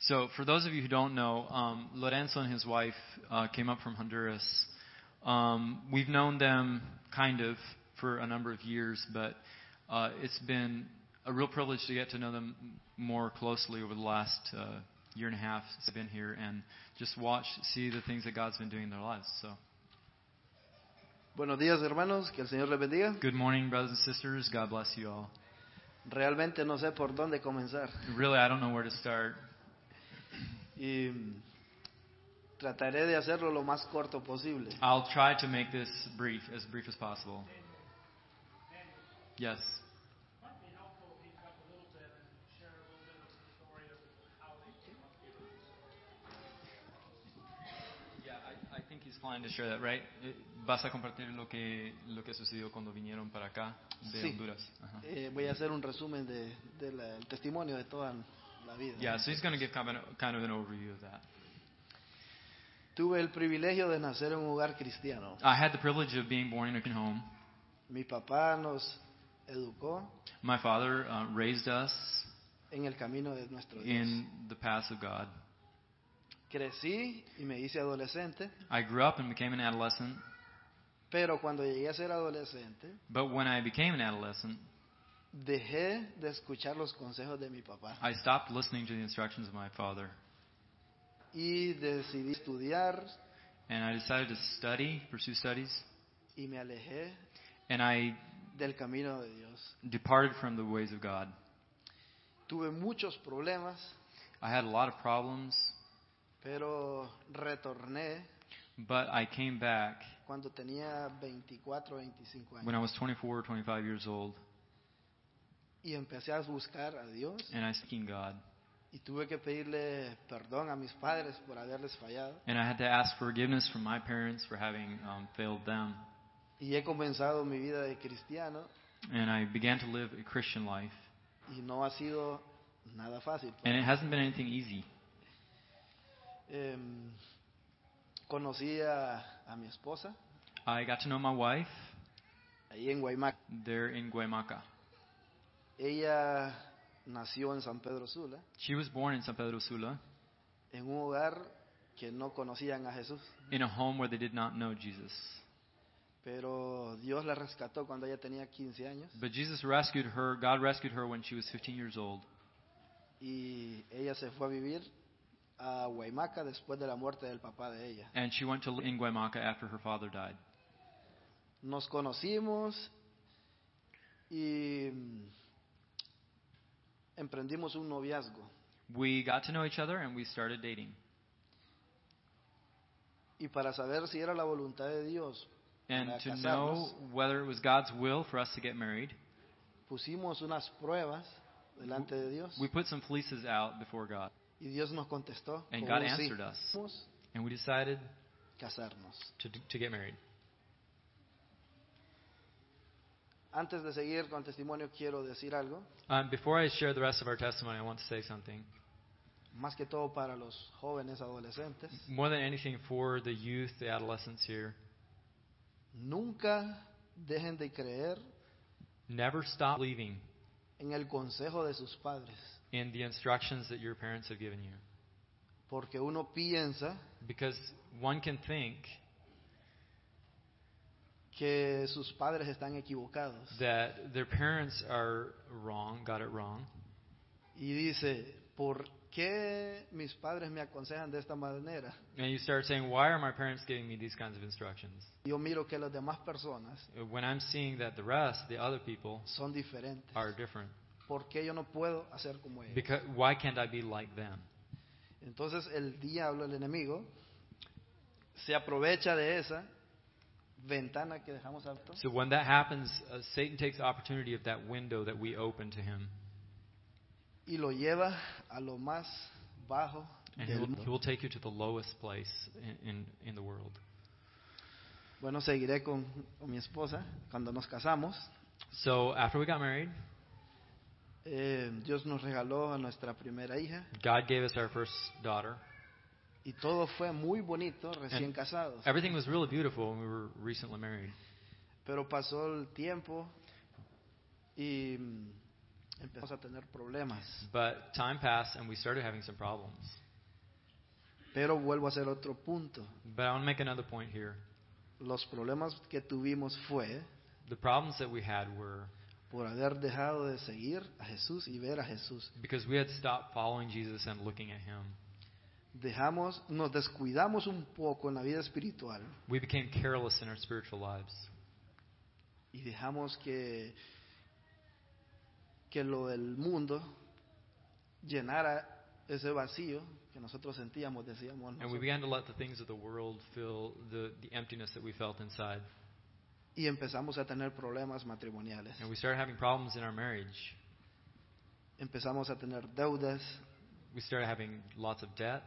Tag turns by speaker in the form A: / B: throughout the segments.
A: So, for those of you who don't know, um, Lorenzo and his wife uh, came up from Honduras. Um, we've known them kind of for a number of years, but uh, it's been a real privilege to get to know them more closely over the last uh, year and a half since I've been here and just watch, see the things that God's been doing in their lives. So,
B: Buenos días hermanos, que el Señor les bendiga.
A: good morning, brothers and sisters. God bless you all.
B: Realmente no sé por dónde comenzar
A: Really, I don't know where to start.
B: y mm, trataré de hacerlo lo más corto posible.
A: I'll try to make this brief, as brief as possible. Yes.
C: might be helpful if he got a little bit and share a little bit of the story of how they came up here.
A: Yeah, I, I think he's planning to share that, right? Eh, Vas a compartir lo que, lo que sucedió cuando vinieron para acá de
B: Sí.
A: Honduras. Ajá.
B: Eh, voy a hacer un resumen del de, la- el testimonio de toda la vida.
A: Yeah, so he's going to give kind of, kind of an overview of that.
B: Tuve el privilegio de nacer en un hogar cristiano.
A: I had the privilege of being born in a home.
B: Mi papá nos educó
A: My father uh, raised us
B: en el camino de nuestro Dios.
A: in the paths of God.
B: Crecí y me hice adolescente,
A: I grew up and became an adolescent,
B: pero cuando llegué a ser adolescente,
A: but when I became an adolescent,
B: dejé de escuchar los consejos de mi papá.
A: I stopped listening to the instructions of my father,
B: y decidí estudiar
A: and I decided to study, pursue studies,
B: y me alejé
A: and I
B: del camino de Dios.
A: departed from the ways of God.
B: Tuve muchos problemas,
A: I had a lot of problems,
B: pero retorné
A: but I came back
B: cuando tenía 24, 25
A: when
B: años
A: I was 24 or 25 years old,
B: y empecé a buscar a Dios
A: and I seeking God,
B: y tuve que pedirle perdón a mis padres por haberles fallado
A: and I had to ask forgiveness from my parents for having um, failed them,
B: y he comenzado mi vida de cristiano
A: and I began to live a Christian life,
B: y no ha sido nada fácil.
A: and it hasn't been anything easy.
B: Em, conocí a, a mi esposa
A: I got to know my wife
B: ahí en Guaymac.
A: there in Guaymaca.
B: Ella nació en San Pedro Sula.
A: She was born in San Pedro Sula
B: en un hogar que no conocían a Jesús,
A: in a home where they did not know Jesus.
B: pero Dios la rescató cuando ella tenía 15 años
A: But Jesus rescued her, God rescued her when she was 15 years old.
B: y ella se fue a vivir a Guaymaca después de la muerte del papá de ella.
A: And she went to live in Guaymaca after her father died.
B: Nos conocimos y mm, emprendimos un noviazgo
A: We got to know each other and we started dating.
B: y para saber si era la voluntad de Dios
A: And
B: para
A: to know
B: casarnos
A: whether it was God's will for us to get married,
B: pusimos unas pruebas delante de Dios
A: we put some fleeces out before God
B: y Dios nos contestó
A: And
B: con
A: God
B: un sí.
A: answered us.
B: Quisimos
A: and we decided
B: casarnos.
A: to, to get married.
B: Antes de seguir con el testimonio, quiero decir algo,
A: Um, before I share the rest of our testimony, I want to say something.
B: más que todo para los jóvenes adolescentes.
A: More than anything, for the youth, the adolescents here,
B: Nunca dejen de creer
A: never stop believing
B: en el consejo de sus padres,
A: in the instructions that your parents have given you.
B: porque uno piensa
A: Because one can think
B: que sus padres están equivocados
A: that their parents are wrong, got it wrong,
B: y dice, ¿por qué mis padres me aconsejan de esta manera?
A: and you start saying, Why are my parents giving me these kinds of instructions?
B: Yo miro que las demás personas
A: When I'm seeing that the rest, the other people,
B: son diferentes,
A: are different.
B: ¿por qué yo no puedo hacer como ellos?
A: Because why can't I be like them?
B: Entonces el diablo, el enemigo, se aprovecha de esa ventana que dejamos abierta
A: So when that happens, uh, Satan takes opportunity of that window that we open to him,
B: y lo lleva a lo más bajo
A: and he
B: del
A: will,
B: mundo.
A: he will take you to the lowest place in, in, in the world.
B: Bueno, seguiré con, con mi esposa. Cuando nos casamos,
A: So after we got married,
B: eh, Dios nos regaló a nuestra primera hija
A: God gave us our first daughter.
B: y todo fue muy bonito recién casados.
A: Everything was really beautiful when we were recently married,
B: Pero pasó el tiempo y mm, empezamos a tener problemas.
A: But time passed and we started having some problems.
B: Pero vuelvo a hacer otro punto.
A: But I want to make another point here.
B: Los problemas que tuvimos fue
A: The problems that we had were
B: por haber dejado de seguir a Jesús y ver a Jesús.
A: because we had stopped following Jesus and looking at him.
B: Dejamos, nos descuidamos un poco en la vida espiritual
A: We became careless in our spiritual lives.
B: y dejamos que que lo del mundo llenara ese vacío que nosotros sentíamos, decíamos
A: And we
B: nosotros.
A: began to let the things of the world fill the, the emptiness that we felt inside.
B: y empezamos a tener problemas matrimoniales.
A: And we started having problems in our marriage.
B: Empezamos a tener deudas,
A: We started having lots of debt.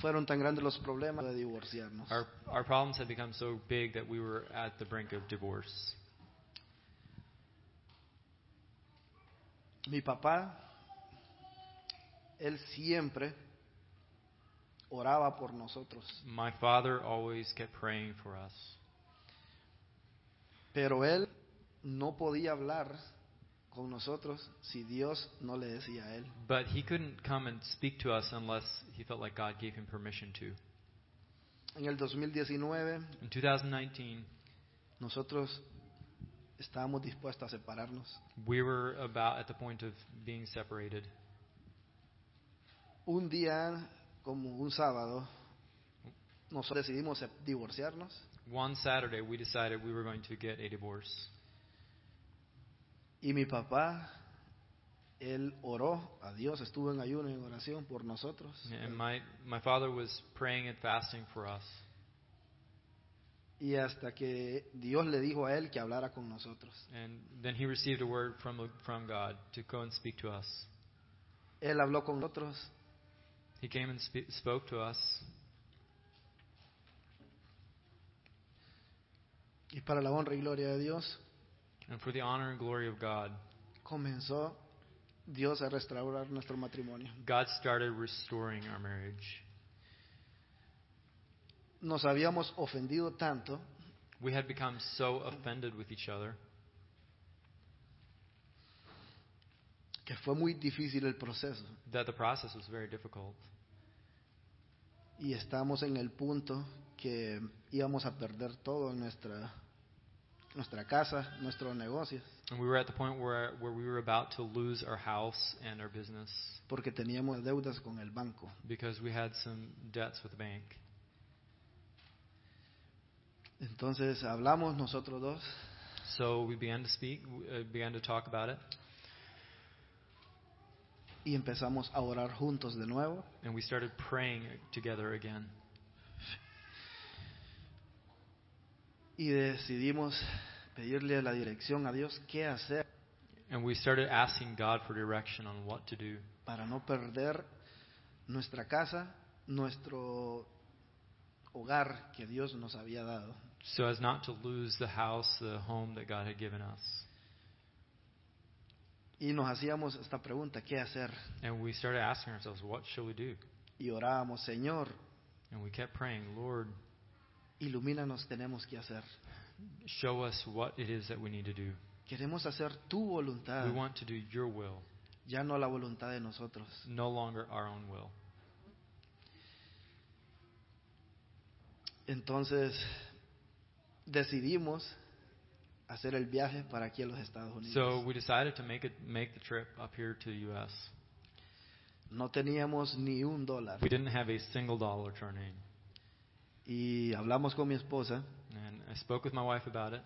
B: fueron tan grandes los problemas de divorciarnos.
A: Our, our problems had become so big that we were at the brink of divorce.
B: Mi papá, él siempre oraba por nosotros,
A: My father always kept praying for us,
B: pero él no podía hablar con nosotros si Dios no le decía a él.
A: but he couldn't come and speak to us unless he felt like God gave him permission to.
B: En el 2019
A: In 2019,
B: nosotros estábamos dispuestos a separarnos.
A: we were about at the point of being separated.
B: Un día, como un sábado, nosotros decidimos se- divorciarnos
A: One Saturday, we decided we were going to get a divorce.
B: y mi papá, él oró a Dios, estuvo en ayuno y en oración por nosotros.
A: And my, my father was praying and fasting for us
B: Y hasta que Dios le dijo a él que hablara con nosotros.
A: And then he received a word from, from God to go and speak to us.
B: Él habló con nosotros
A: He came and spe- spoke to us.
B: y para la honra y gloria de Dios
A: And for the honor and glory of God,
B: comenzó Dios a restaurar nuestro matrimonio.
A: God started restoring our marriage.
B: Nos habíamos ofendido tanto
A: We had become so offended with each other
B: que fue muy difícil el proceso
A: that the process was very difficult.
B: y estamos en el punto que íbamos a perder todo nuestra nuestra casa, nuestros negocios,
A: And we were at the point where, where we were about to lose our house and our business
B: porque teníamos deudas con el banco.
A: because we had some debts with the bank.
B: Entonces hablamos nosotros dos
A: So we began to speak, uh, began to talk about it,
B: y empezamos a orar juntos de nuevo.
A: and we started praying together again.
B: y decidimos pedirle la dirección a Dios qué hacer
A: And we started asking God for direction on what to do
B: para no perder nuestra casa, nuestro hogar que Dios nos había dado.
A: so as not to lose the house, the home that God had given us.
B: Y nos hacíamos esta pregunta, ¿qué hacer?
A: And we started asking ourselves, what shall we do?
B: Y orábamos, Señor,
A: And we kept praying, Lord,
B: ilumínanos, tenemos que hacer.
A: show us what it is that we need to do.
B: Queremos hacer tu voluntad,
A: We want to do your will,
B: ya no la voluntad de nosotros.
A: no longer our own will.
B: Entonces decidimos hacer el viaje para aquí a los Estados
A: So
B: Unidos.
A: we decided to make it make the trip up here to the US.
B: no teníamos ni un dólar.
A: We didn't have a single dollar to our name.
B: y hablamos con mi esposa.
A: And I spoke with my wife about it.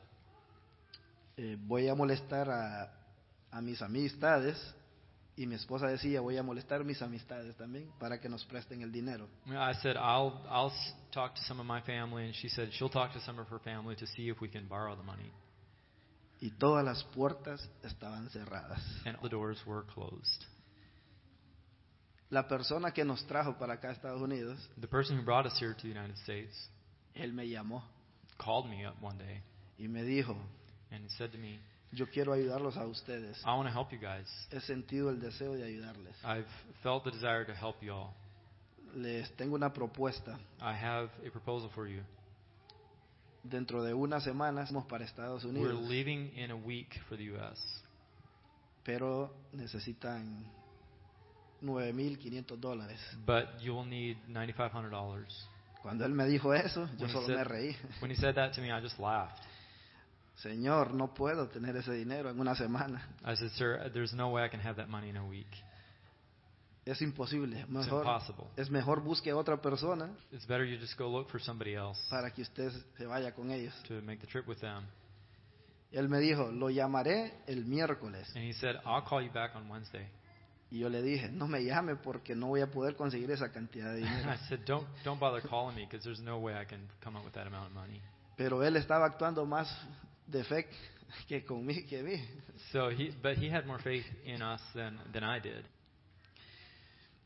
B: eh, voy a molestar a, a mis amistades. Y mi esposa decía, voy a molestar a mis amistades también para que nos presten el dinero.
A: I said, I'll, I'll s- talk to some of my family. And she said, she'll talk to some of her family to see if we can borrow the money.
B: Y todas las puertas estaban cerradas.
A: And all the doors were closed.
B: La persona que nos trajo para acá a Estados Unidos,
A: The person who brought us here to the United States
B: él me llamó
A: called me up one day
B: y me dijo,
A: and said to me,
B: yo quiero ayudarlos a ustedes.
A: I want to help you guys.
B: He sentido el deseo de ayudarles.
A: I've felt the desire to help you all.
B: Les tengo una propuesta.
A: I have a proposal for you.
B: dentro de una semana vamos para Estados
A: We're
B: Unidos,
A: leaving in a week for the U.S.,
B: pero necesitan 9.500 dólares.
A: but you will need $9,500.
B: Cuando él me dijo eso, yo
A: When he
B: solo
A: said-
B: me reí.
A: When he said that to me, I just laughed.
B: Señor, no puedo tener ese dinero en una semana.
A: I said, Sir, there's no way I can have that money in a week.
B: Es imposible.
A: It's
B: Mejor,
A: impossible.
B: es mejor busque a otra persona
A: It's better you just go look for somebody else
B: para que usted se vaya con ellos.
A: to make the trip with them.
B: Él me dijo, lo llamaré el miércoles.
A: And he said, I'll call you back on Wednesday.
B: Y yo le dije, no me llame porque no voy a poder conseguir esa cantidad de
A: I
B: dinero.
A: said, Don't, don't bother calling me because there's no way I can come up with that amount of money.
B: Pero él estaba actuando más de fe que con mí, que mí.
A: So he, but he had more faith in us than, than I did.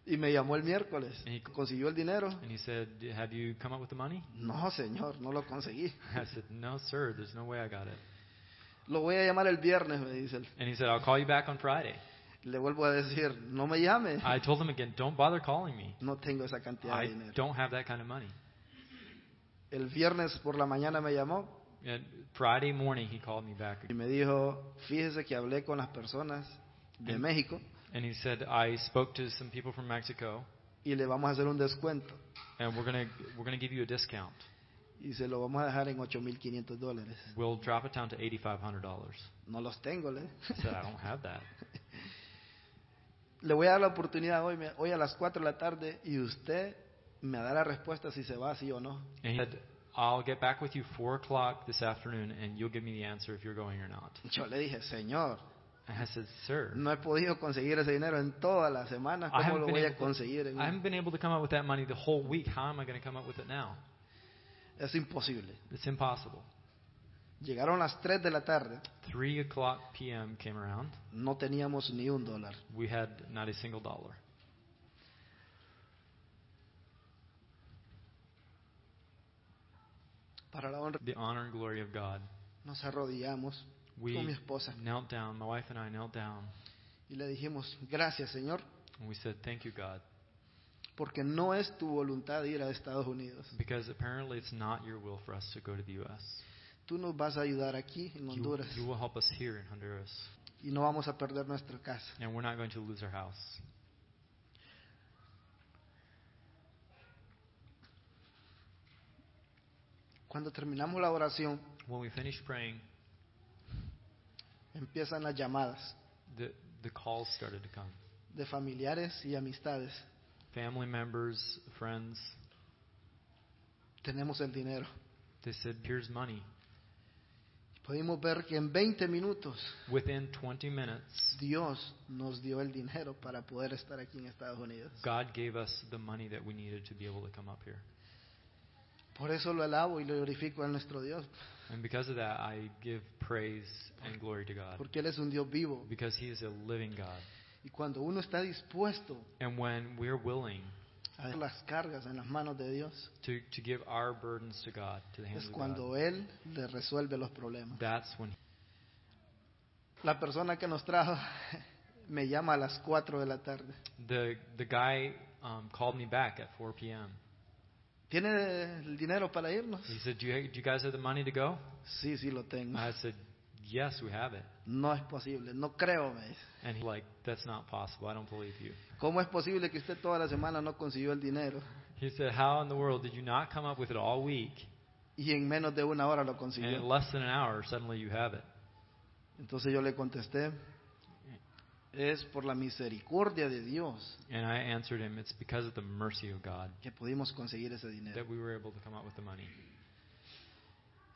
B: Y me llamó el miércoles.
A: Y-
B: ¿Consiguió el dinero?
A: And he said, Have you come up with the money?
B: No, señor, no lo conseguí.
A: I said, No, sir, there's no way I got it.
B: Lo voy a llamar el viernes, me dice él.
A: And he said, I'll call you back on Friday.
B: Le vuelvo a decir, no me llame.
A: I told him again, Don't bother calling me.
B: No tengo esa cantidad
A: I
B: de dinero.
A: don't have that kind of money.
B: El viernes por la mañana me llamó
A: And Friday morning, he called me back
B: y me dijo, fíjese que hablé con las personas de
A: Mm.
B: México
A: and he said, I spoke to some people from Mexico,
B: y le vamos a hacer un descuento
A: and we're gonna we're gonna give you a discount.
B: y se lo vamos a dejar en 8.500 dólares.
A: We'll drop it down to eighty five hundred dollars.
B: No los tengo, le.
A: I said, I don't have that.
B: Le voy a dar la oportunidad hoy, me- hoy a las 4 de la tarde y usted me dará respuesta si se va sí o no.
A: And he said, I'll get back with you four o'clock this afternoon, and you'll give me the answer if you're going or not.
B: Yo le dije, señor,
A: And I said, Sir,
B: no he podido conseguir ese dinero en toda la semana.
A: I
B: ¿Cómo
A: haven't,
B: lo
A: been
B: voy a
A: able
B: conseguir? eh?
A: to,
B: en
A: I
B: un-
A: haven't been able to come up with that money the whole week. How am I going to come up with it now?
B: Es imposible.
A: It's impossible.
B: Llegaron las 3 de la tarde.
A: Three o'clock p.m. came around.
B: No teníamos ni un dólar.
A: We had not a single dollar.
B: Para la honra,
A: The honor and glory of God.
B: nos arrodillamos
A: We
B: con mi esposa
A: knelt down. My wife and I knelt down,
B: y le dijimos, gracias Señor,
A: and we said, "Thank you, God,"
B: porque no es tu voluntad ir a Estados Unidos.
A: because apparently it's not your will for us to go to the U.S.
B: Tú nos vas a ayudar aquí en
A: You,
B: Honduras
A: you will help us here in Honduras,
B: y no vamos a perder nuestra casa.
A: and we're not going to lose our house.
B: Cuando terminamos la oración,
A: When we finished praying,
B: empiezan las llamadas
A: the the calls started to come.
B: de familiares y amistades.
A: Family members, friends,
B: Tenemos el dinero.
A: they said, "Here's money."
B: Pudimos ver que en 20 minutos
A: Within 20 minutes,
B: Dios nos dio el dinero para poder estar aquí en Estados Unidos.
A: God gave us the money that we needed to be able to come up here,
B: Por eso lo alabo y lo glorifico a nuestro Dios,
A: and because of that, I give praise and glory to God,
B: porque Él es un Dios vivo.
A: because He is a living God.
B: Y cuando uno está dispuesto
A: And when we're willing
B: a dejar las cargas en las manos de Dios,
A: to, to give our burdens to God, to the hands
B: es
A: of God,
B: cuando Él le resuelve los problemas.
A: that's when
B: La persona que nos trajo me llama a las 4 de la tarde.
A: the, the guy um, called me back at 4 p.m.
B: ¿Tiene el dinero para irnos?
A: He said, do you, do you guys have the money to go?
B: Sí, sí lo tengo.
A: I said, Yes, we have it.
B: No es posible, no creo, me dice.
A: And he's like, That's not possible. I don't believe you.
B: ¿Cómo es posible que usted toda la semana no consiguió el dinero
A: He said, How in the world did you not come up with it all week?
B: y en menos de una hora lo
A: And in
B: consiguió?
A: less than an hour, suddenly you have it.
B: Entonces yo le contesté, es por la misericordia de Dios
A: And I answered him, It's because of the mercy of God
B: que pudimos conseguir ese dinero.
A: that we were able to come up with the money.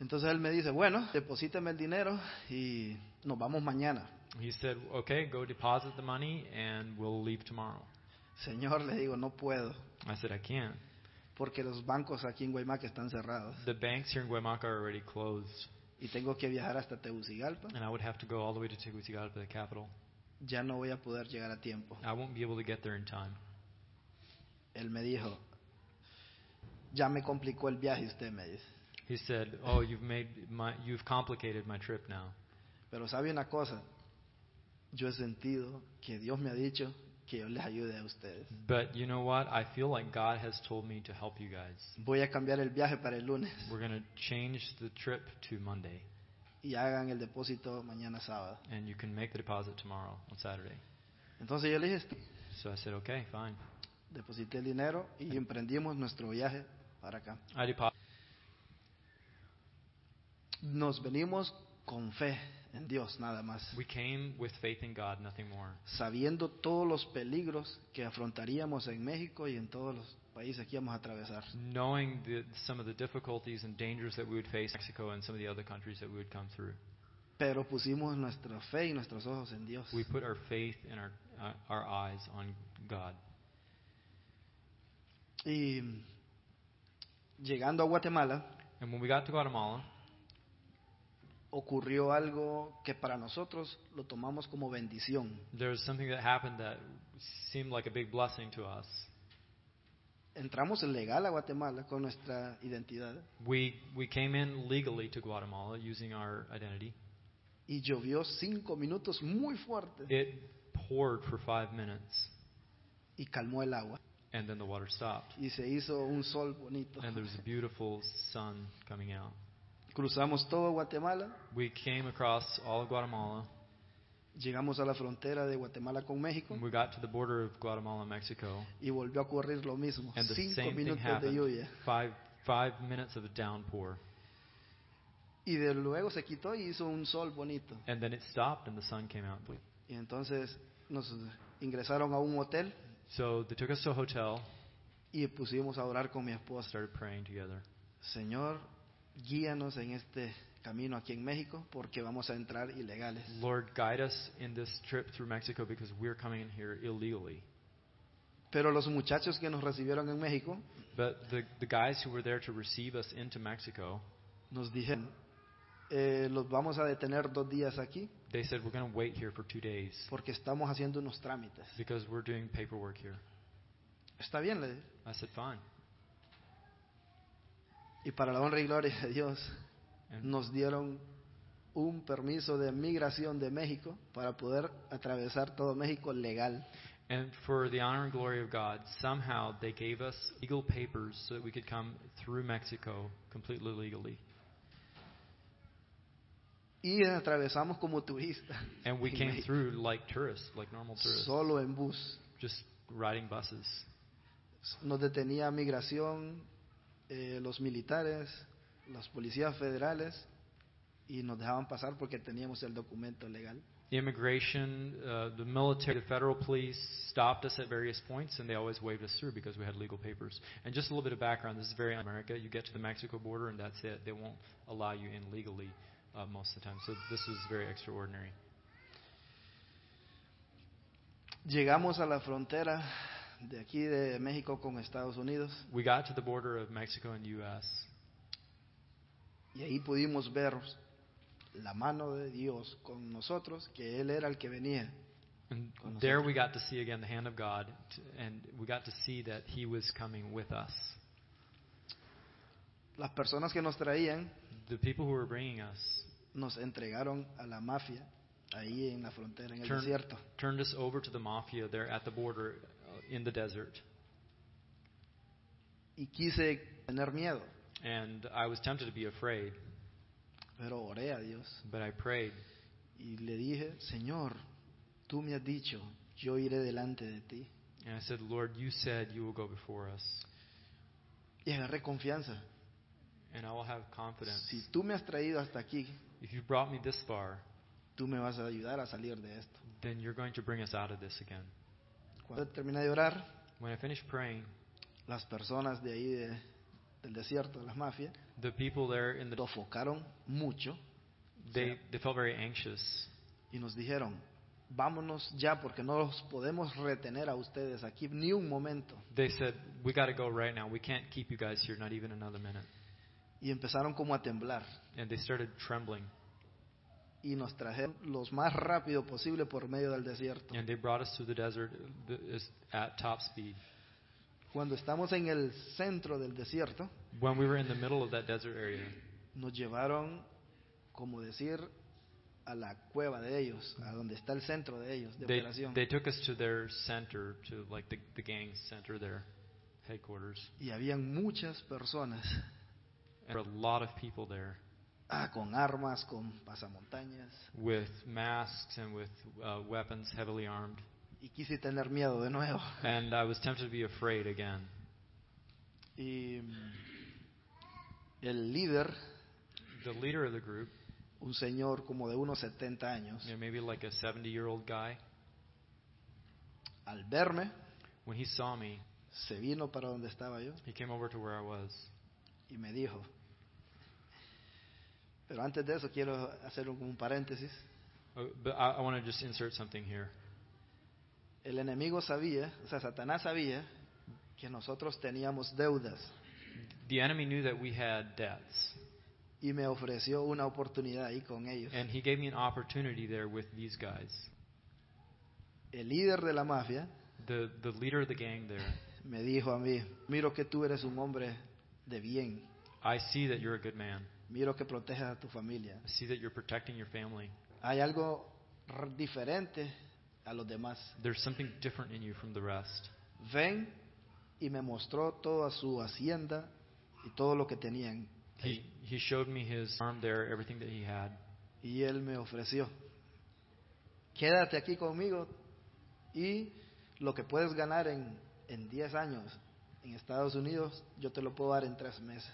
B: Entonces él me dice, bueno, deposíteme el dinero y nos vamos mañana.
A: He said, Okay, go deposit the money and we'll leave tomorrow.
B: Señor, le digo, no puedo,
A: I said, I can't.
B: porque los bancos aquí en Guaymaca están cerrados
A: The banks here in Guaymaca are already closed,
B: y tengo que viajar hasta Tegucigalpa.
A: and I would have to go all the way to Tegucigalpa, the capital.
B: Ya no voy a poder llegar a tiempo.
A: I won't be able to get there in time.
B: Él me dijo, ya me complicó el viaje usted, me dice.
A: He said, "Oh, you've made my, you've complicated my trip now."
B: Pero sabe una cosa, yo he sentido que Dios me ha dicho que yo les ayude a ustedes.
A: But you know what? I feel like God has told me to help you guys.
B: Voy a cambiar el viaje para el lunes
A: We're going to change the trip to Monday,
B: y hagan el depósito mañana sábado.
A: and you can make the deposit tomorrow on Saturday.
B: Entonces yo les dije, "Este,
A: So I said, okay, fine.
B: deposité el dinero y emprendimos nuestro viaje para acá.
A: I depo-
B: Nos venimos con fe en Dios nada más,
A: We came with faith in God, nothing more.
B: sabiendo todos los peligros que afrontaríamos en México y en todos los países que íbamos a atravesar.
A: Knowing the, some of the difficulties and dangers that we would face in Mexico and some of the other countries that we would come through,
B: Pero pusimos nuestra fe y nuestros ojos en Dios.
A: we put our faith and our, uh, our eyes on God.
B: Y llegando a Guatemala,
A: And when we got to Guatemala,
B: ocurrió algo que para nosotros lo tomamos como bendición.
A: there was something that happened that seemed like a big blessing to us.
B: Entramos legal a Guatemala con nuestra identidad
A: We, we came in legally to Guatemala using our identity.
B: y llovió cinco minutos muy fuerte
A: It poured for five minutes,
B: y calmó el agua
A: and then the water stopped.
B: y se hizo un sol bonito.
A: And there was a beautiful sun coming out.
B: Cruzamos todo Guatemala,
A: We came across all of Guatemala.
B: llegamos a la frontera de Guatemala con México
A: And we got to the border of Guatemala and Mexico,
B: y volvió a ocurrir lo mismo,
A: and the
B: cinco
A: same thing
B: minutos de
A: happened.
B: lluvia.
A: Five five minutes of a downpour,
B: Y de luego se quitó y hizo un sol bonito.
A: and then it stopped, and the sun came out.
B: Y entonces nos ingresaron a un hotel
A: So they took us to a hotel,
B: y pusimos a orar con mi esposa.
A: started praying together.
B: Señor, guíanos en este camino aquí en México porque vamos a entrar ilegales.
A: Lord, guide us in this trip through Mexico because we're coming in here illegally.
B: Pero los muchachos que nos recibieron en México
A: But the the guys who were there to receive us into Mexico,
B: nos dijeron, eh, los vamos a detener dos días aquí
A: they said we're going to wait here for two days
B: porque estamos haciendo unos trámites.
A: because we're doing paperwork here.
B: Está bien, le dije.
A: I said fine,
B: Y para la honra y gloria de Dios,
A: and
B: nos dieron un permiso de migración de México para poder atravesar todo México legal.
A: And for the honor and glory of God, somehow they gave us legal papers so that we could come through Mexico completely legally.
B: Y atravesamos como turistas.
A: And we
B: en
A: came
B: México,
A: through like tourists, like normal tourists,
B: solo en bus.
A: just riding buses.
B: Nos detenía migración, eh, los militares, las policías federales y nos dejaban pasar porque teníamos el documento legal.
A: Immigration, uh, the military, the federal police stopped us at various points, and they always waved us through because we had legal papers. And just a little bit of background: this is very America. You get to the Mexico border, and that's it. They won't allow you in legally uh, most of the time. So this was very extraordinary.
B: Llegamos a la frontera de aquí de México con Estados Unidos
A: We got to the border of Mexico and U.S.
B: y ahí pudimos ver la mano de Dios con nosotros, que Él era el que venía.
A: And
B: con nosotros.
A: there we got to see again the hand of God, t- and we got to see that He was coming with us.
B: Las personas que nos traían
A: The people who were bringing us
B: nos entregaron a la mafia ahí en la frontera, en el
A: Turn-
B: desierto.
A: turned us over to the mafia there at the border uh, in the desert.
B: Y quise tener miedo,
A: And I was tempted to be afraid,
B: pero oré a Dios
A: but I prayed.
B: y le dije, Señor, tú me has dicho, yo iré delante de ti.
A: And I said, Lord, you said you will go before us,
B: Y agarré confianza.
A: and I will have confidence.
B: Si tú me has traído hasta aquí,
A: If you brought me this far,
B: tú me vas a ayudar a salir de esto.
A: then you're going to bring us out of this again.
B: Cuando terminé de orar,
A: When I finished praying,
B: las personas de ahí de- del desierto, de las mafias,
A: the people there in the
B: lo focaron mucho
A: they, they felt very anxious.
B: y nos dijeron, vámonos ya porque no los podemos retener a ustedes aquí ni un momento.
A: They said, "We got to go right now. We can't keep you guys here not even another minute."
B: Y empezaron como a temblar
A: And they started trembling,
B: y nos trajeron los más rápido posible por medio del desierto.
A: and they brought us through the desert uh, th- is- at top speed.
B: Cuando estamos en el centro del desierto,
A: When we were in the middle of that desert area,
B: nos llevaron, como decir, a la cueva de ellos, a donde está el centro de ellos de
A: They,
B: operación.
A: they took us to their center, to like the, the gang's center, their headquarters.
B: y habían muchas personas,
A: And there were a lot of people there
B: ah, con armas, con pasamontañas.
A: with masks and with uh, weapons, heavily armed.
B: Y quise tener miedo de nuevo.
A: And I was tempted to be afraid again.
B: Y mm, el líder,
A: The leader of the group,
B: un señor como de unos 70 años,
A: you know, maybe like a 70 year old guy,
B: al verme,
A: when he saw me,
B: se vino para donde estaba yo
A: he came over to where I was.
B: y me dijo. Pero antes de eso quiero hacer un, un paréntesis.
A: Uh, but I, I want to just insert something here.
B: El enemigo sabía, o sea, Satanás sabía que nosotros teníamos deudas
A: The enemy knew that we had debts,
B: y me ofreció una oportunidad ahí con ellos.
A: and he gave me an opportunity there with these guys.
B: El líder de la mafia
A: The, the leader of the gang there,
B: me dijo a mí, miro que tú eres un hombre de bien,
A: I see that you're a good man.
B: miro que proteges a tu familia.
A: I see that you're protecting your family.
B: Hay algo r- diferente a los demás.
A: There's something different in you from the rest.
B: Ven y me mostró toda su hacienda y todo lo que tenían.
A: He, he showed me his arm there, everything that he had.
B: Y él me ofreció, quédate aquí conmigo y lo que puedes ganar en, en 10 años en Estados Unidos, yo te lo puedo dar en 3 meses.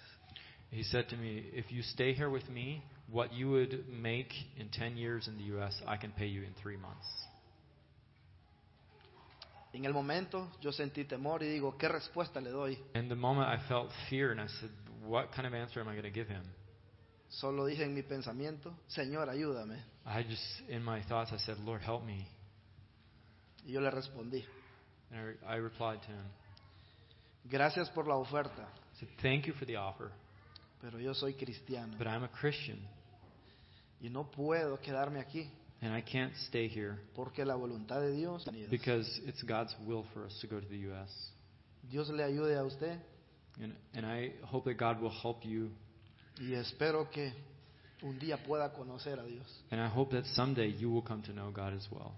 A: He said to me, If you stay here with me, what you would make in 10 years in the U.S., I can pay you in three months.
B: En el momento yo sentí temor y digo, ¿qué respuesta le doy?
A: In the moment, I felt fear, and I said, What kind of answer am I going to give him?
B: Solo dije en mi pensamiento, Señor, ayúdame.
A: I just, in my thoughts, I said, Lord, help me.
B: Y yo le respondí,
A: And I, I replied to him,
B: gracias por la oferta,
A: I said, Thank you for the offer,
B: pero yo soy cristiano
A: but I'm a Christian,
B: y no puedo quedarme aquí
A: and I can't stay here
B: porque la voluntad de Dios,
A: because it's God's will for us to go to the U.S.
B: Dios le ayude a usted
A: And, and I hope that God will help you,
B: y espero que un día pueda conocer a Dios.
A: and I hope that someday you will come to know God as well.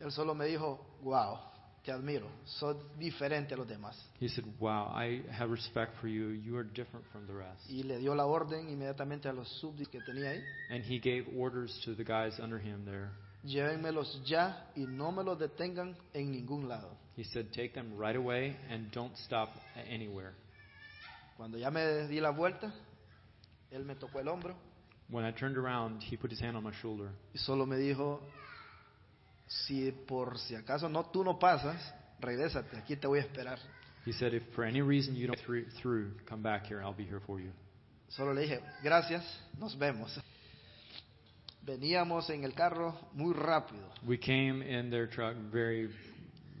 B: Él solo me dijo, wow, te admiro, sos diferente a los demás.
A: He said, Wow, I have respect for you. You are different from the rest.
B: Y le dio la orden inmediatamente a los súbditos que tenía ahí,
A: And he gave orders to the guys under him there.
B: llévenmelos ya y no me los detengan en ningún lado.
A: He said, Take them right away and don't stop anywhere.
B: Cuando ya me di la vuelta, él me tocó el hombro
A: When I turned around, he put his hand on my shoulder.
B: y solo me dijo, si por si acaso no tú no pasas, regrésate, aquí te voy a esperar.
A: He said, If for any reason you don't through, through come back here. I'll be here for you.
B: Solo le dije, gracias, nos vemos. Veníamos en el carro muy rápido.
A: We came in their truck very,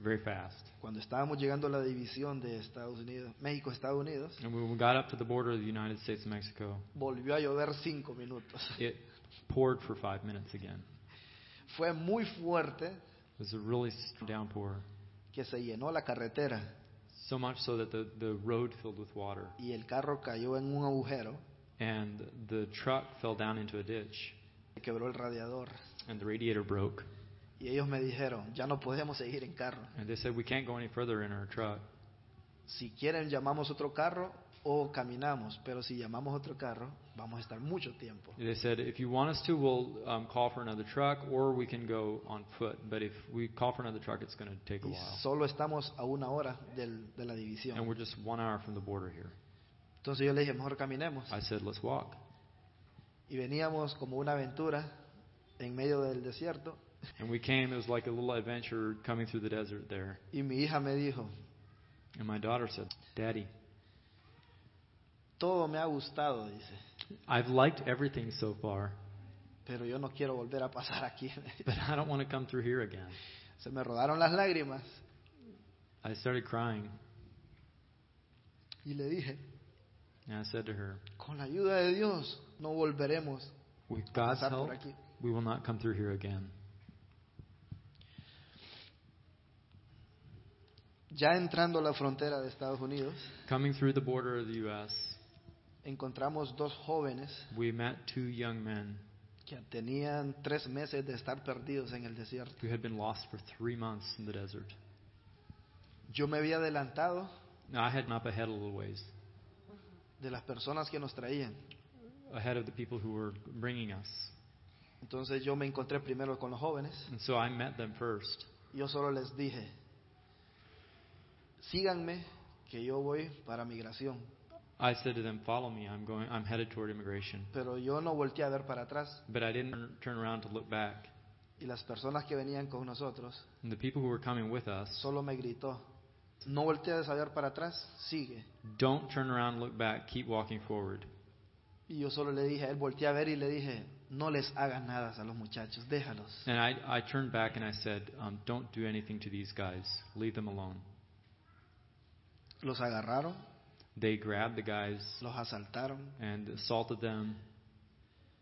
A: very fast.
B: Cuando estábamos llegando a la división de Estados Unidos, México-Estados Unidos,
A: And when we got up to the border of the United States and Mexico,
B: volvió a llover cinco minutos.
A: it poured for five minutes again.
B: Fue muy fuerte
A: It was a really strong downpour.
B: que se llenó la carretera
A: So much so that the, the road filled with water.
B: y el carro cayó en un agujero,
A: and the truck fell down into a ditch
B: se quebró el radiador.
A: and the radiator broke
B: Y ellos me dijeron, ya no podemos seguir en carro.
A: and they said we can't go any further in our truck
B: Si quieren llamamos otro carro o caminamos, pero si llamamos otro carro vamos a estar mucho tiempo.
A: they said if you want us to we'll um, call for another truck or we can go on foot but if we call for another truck it's going to take a
B: Y
A: while
B: solo estamos a una hora del- de la
A: and
B: división.
A: we're just one hour from the border here
B: Entonces yo le dije, mejor caminemos.
A: i said let's walk
B: Y veníamos como una aventura en medio del desierto.
A: and we came it was like a little adventure coming through the desert there
B: Y mi hija me dijo,
A: and my daughter said daddy
B: todo me ha gustado, dice,
A: i've liked everything so far
B: pero yo no quiero volver a pasar aquí.
A: but i don't want to come through here again
B: Se me rodaron las lágrimas
A: i started crying
B: y le dije,
A: and i said to her
B: con la ayuda de Dios no volveremos
A: with
B: a
A: god's
B: pasar
A: help
B: por aquí.
A: We will not come through here again.
B: Ya entrando a la frontera de Estados Unidos,
A: Coming through the border of the U.S.,
B: encontramos dos jóvenes
A: we met two young men
B: que tenían tres meses de estar perdidos en el desierto.
A: who had been lost for three months in the desert.
B: Yo me había adelantado
A: Now, I had been up ahead a little ways,
B: de las personas que nos traían.
A: ahead of the people who were bringing us.
B: Entonces yo me encontré primero con los jóvenes.
A: And so I met them first.
B: y Yo solo les dije, síganme que yo voy para migración.
A: I said to them, "Follow me. I'm going. I'm headed toward immigration."
B: Pero yo no volteé a ver para atrás.
A: But I didn't turn- turn around to look back.
B: Y las personas que venían con nosotros
A: And the people who were coming with us,
B: solo me gritó, no voltees a ver para atrás, sigue.
A: don't turn around, look back, keep walking forward.
B: Y yo solo le dije, a él volteé a ver y le dije, no les hagas nada a los muchachos, déjalos.
A: And I, I turned back and I said, um, "Don't do anything to these guys. Leave them alone."
B: Los agarraron,
A: They grabbed the guys
B: los asaltaron.
A: and assaulted them.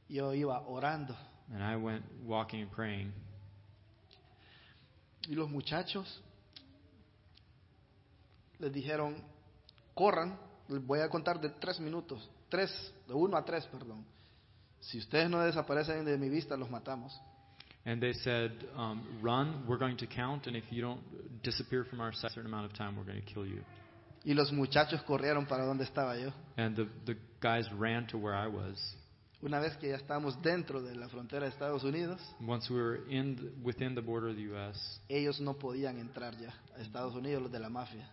B: Yo iba orando.
A: And I went walking and praying.
B: Y los muchachos les dijeron, corran, les voy a contar de tres minutos, tres, de uno a tres, perdón. Si ustedes no desaparecen de mi vista, los matamos.
A: And they said, um, "Run. We're going to count. And if you don't disappear from our sight a certain amount of time, we're going to kill you."
B: Y los muchachos corrieron para donde estaba yo.
A: And the the guys ran to where I was.
B: Una vez que ya estábamos dentro de la frontera de Estados Unidos,
A: Once we were in th- within the border of the U.S.,
B: ellos no podían entrar ya a Estados Unidos, los de la mafia.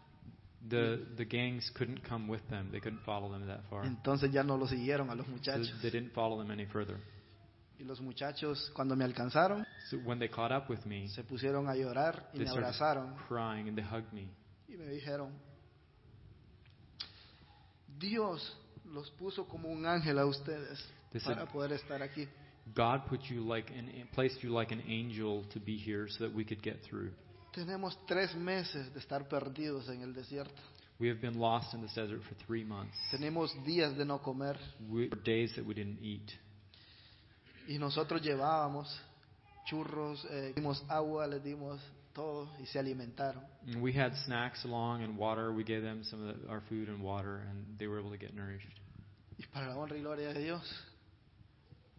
A: the the gangs couldn't come with them. They couldn't follow them that far.
B: Entonces ya no los siguieron a los
A: So
B: muchachos.
A: they didn't follow them any further.
B: Y los muchachos, cuando me alcanzaron,
A: So when they caught up with me,
B: se pusieron a llorar y
A: they
B: me
A: started
B: abrazaron.
A: crying and they hugged me.
B: Y me dijeron, Dios los puso como un ángel a ustedes
A: They said-
B: para poder estar aquí.
A: God put you like an, placed you like an angel to be here so that we could get through.
B: Tenemos tres meses de estar perdidos en el desierto.
A: We have been lost in this desert for three months.
B: Tenemos días de no comer
A: We, for days that we didn't eat.
B: y nosotros llevábamos churros, eh, dimos agua, les dimos todo y se alimentaron.
A: And we had snacks along and water. We gave them some of the, our food and water, and they were able to get nourished.
B: Y para la honra y gloria de Dios,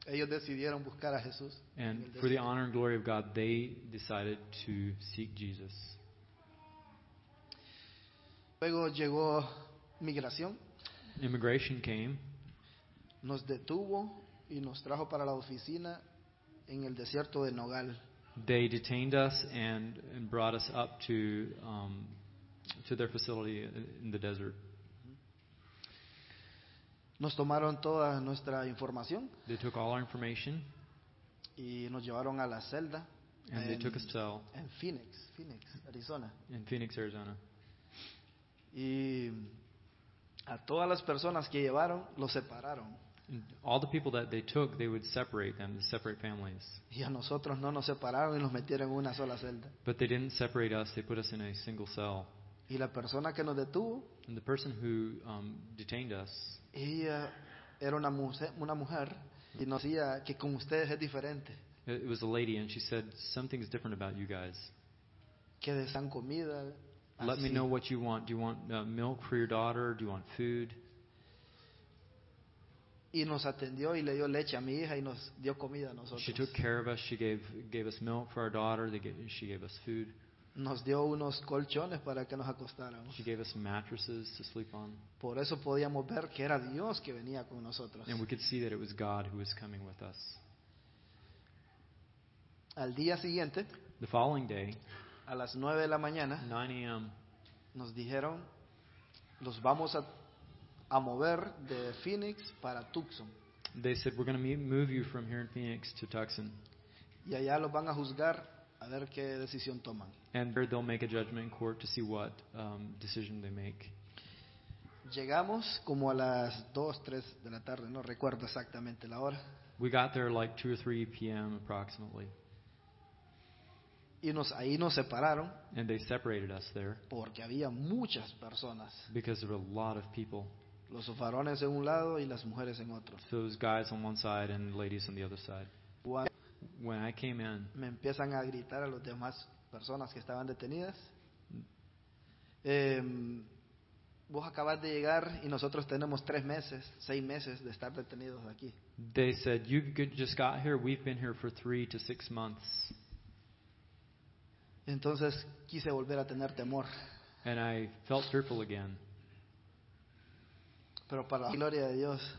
B: ellos decidieron buscar a Jesús.
A: And for the honor and glory of God, they decided to seek Jesus.
B: Luego llegó migración,
A: Immigration came,
B: nos detuvo y nos trajo para la oficina en el desierto de Nogal.
A: they detained us and, and brought us up to, um, to their facility in the desert.
B: Nos tomaron toda nuestra información
A: They took all our information
B: y nos llevaron a la celda
A: and they
B: en,
A: took a cell
B: en Phoenix, Phoenix, Arizona.
A: in Phoenix, Arizona.
B: Y a todas las personas que llevaron los separaron
A: And all the people that they took, they would separate them, separate families.
B: y a nosotros no nos separaron y nos metieron en una sola celda.
A: But they didn't separate us, they put us in a single cell.
B: Y la persona que nos detuvo,
A: And the person who um, detained us,
B: ella era una mujer, una mujer y nos decía que con ustedes es diferente,
A: it it was a lady, and she said, Something's different about you guys.
B: que desean comida.
A: Let me
B: así.
A: know what you want. Do you want uh, milk for your daughter? Do you want food?
B: y nos atendió y le dio leche a mi hija y nos dio comida a nosotros.
A: She took care of us. She gave gave us milk for our daughter. They gave, she gave us food.
B: Nos dio unos colchones para que nos acostáramos.
A: She gave us mattresses to sleep on,
B: Por eso podíamos ver que era Dios que venía con nosotros.
A: and we could see that it was God who was coming with us.
B: Al día siguiente,
A: The following day,
B: a las 9 de la mañana,
A: 9 a.m.,
B: nos dijeron, los vamos a, a mover de Phoenix para Tucson.
A: they said, "We're going to move you from here in Phoenix to Tucson,
B: Y allá los van a juzgar a ver qué decisión toman.
A: and there they'll make a judgment in court to see what um, decision they make."
B: Llegamos como a las 2, 3 de la tarde, no recuerdo exactamente la hora.
A: We got there like 2 or 3 p.m. approximately,
B: Y nos, ahí nos separaron
A: and they separated us there
B: porque había muchas personas.
A: because there were a lot of people.
B: Los varones en un lado y las mujeres en otro.
A: Those guys on one side and ladies on the other side.
B: Cuando
A: When I came in,
B: me empiezan a gritar a las demás personas que estaban detenidas, eh, vos acabas de llegar y nosotros tenemos tres meses, seis meses de estar detenidos aquí.
A: They said, You g- just got here. We've been here for three to six months.
B: Entonces quise volver a tener temor,
A: And I felt fearful again.
B: pero para la gloria de Dios,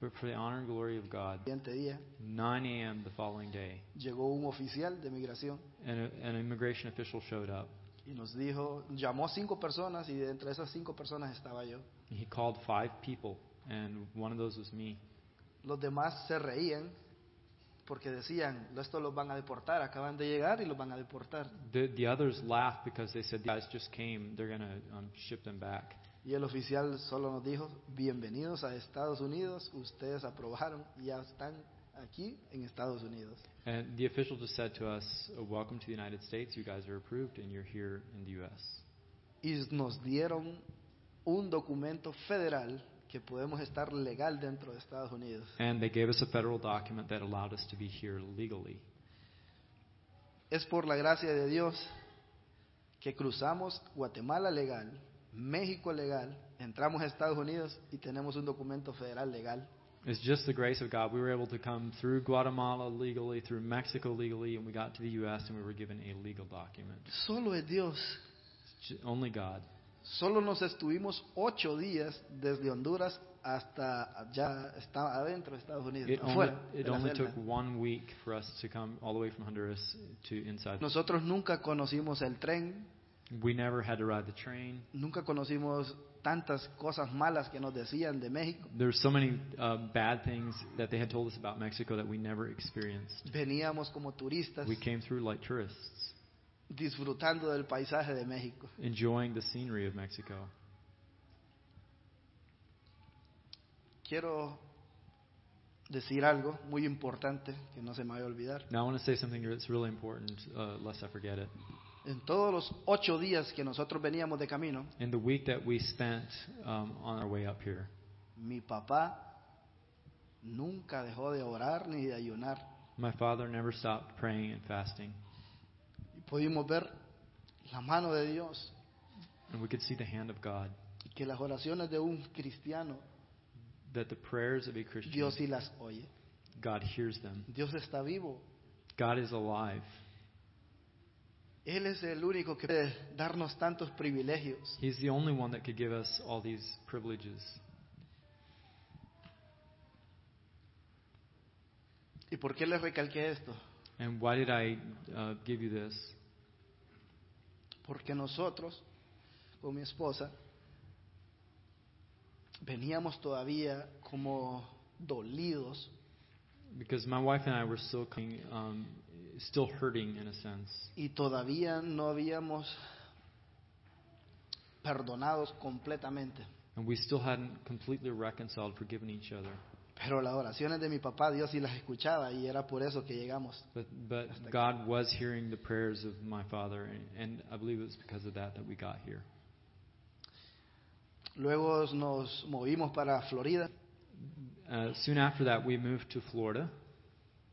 A: But for the honor and glory of God,
B: el siguiente día
A: 9 a.m. the following day,
B: llegó un oficial de migración
A: an, an immigration official showed up.
B: y nos dijo, llamó cinco personas y de entre esas cinco personas estaba yo.
A: He called five people, and one of those was me.
B: Los demás se reían porque decían, esto los van a deportar, acaban de llegar y los van a deportar.
A: The, the others laughed because they said, The guys just came. They're going to um, ship them back.
B: Y el oficial solo nos dijo, bienvenidos a Estados Unidos, ustedes aprobaron, ya están aquí en Estados Unidos.
A: And the official just said to us, "Uh, Welcome to the United States. You guys are approved, and you're here in the U.S.
B: Y nos dieron un documento federal que podemos estar legal dentro de Estados Unidos.
A: And they gave us a federal document that allowed us to be here legally.
B: Es por la gracia de Dios que cruzamos Guatemala legal, México legal, entramos a Estados Unidos y tenemos un documento federal legal.
A: It's just the grace of God. We were able to come through Guatemala legally, through Mexico legally, and we got to the U.S. and we were given a legal document.
B: Solo es Dios.
A: It's ju- Only God.
B: Solo nos estuvimos ocho días desde Honduras hasta ya estaba adentro de Estados Unidos,
A: It only,
B: afuera de
A: it
B: la
A: only
B: celda.
A: took one week for us to come all the way from Honduras to inside.
B: Nosotros nunca conocimos el tren,
A: We never had to ride the train.
B: nunca conocimos tantas cosas malas que nos decían de México.
A: There were so many uh, bad things that they had told us about Mexico that we never experienced.
B: Veníamos como turistas
A: We came through like tourists,
B: disfrutando del paisaje de México.
A: enjoying the scenery of Mexico.
B: Quiero decir algo muy importante que no se me vaya a olvidar.
A: Now I want to say something that's really important, uh, lest I forget it.
B: En todos los ocho días que nosotros veníamos de camino,
A: In the week that we spent um, on our way up here,
B: mi papá nunca dejó de orar ni de ayunar.
A: my father never stopped praying and fasting,
B: Y pudimos ver la mano de Dios
A: and we could see the hand of God.
B: y que las oraciones de un cristiano,
A: That the prayers of a Christian,
B: Dios sí las oye.
A: God hears them.
B: Dios está vivo.
A: God is alive.
B: Él es el único que puede darnos tantos privilegios.
A: He's the only one that could give us all these privileges.
B: ¿Y por qué les recalqué esto?
A: And why did I uh, give you this?
B: Porque nosotros, con mi esposa, veníamos todavía como dolidos
A: Because my wife and I were still coming, um, still hurting in a sense,
B: y todavía no habíamos perdonados completamente.
A: and we still hadn't completely reconciled, forgiven each other.
B: Pero las oraciones de mi papá, Dios sí las escuchaba y era por eso que llegamos.
A: But but God was hearing the prayers of my father, and, and I believe it was because of that that we got here.
B: Luego nos movimos para Florida.
A: Uh, soon after that, we moved to Florida,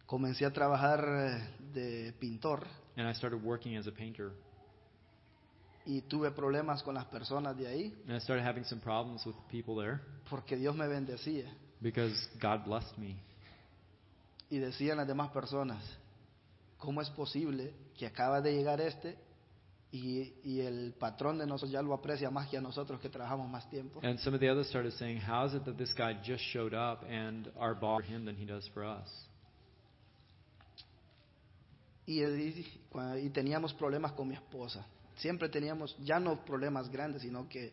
B: Comencé a trabajar eh, de pintor
A: and I started working as a painter.
B: y tuve problemas con las personas de ahí
A: And I started having some problems with people there
B: porque Dios me bendecía
A: because God blessed me.
B: y decían las demás personas, ¿cómo es posible que acaba de llegar este y, y el patrón de nosotros ya lo aprecia más que a nosotros que trabajamos más tiempo?
A: And some of the others started saying, How is it that this guy just showed up and our boss for him than he does for us?
B: Y, y- cua- y teníamos problemas con mi esposa. Siempre teníamos, ya no problemas grandes, sino que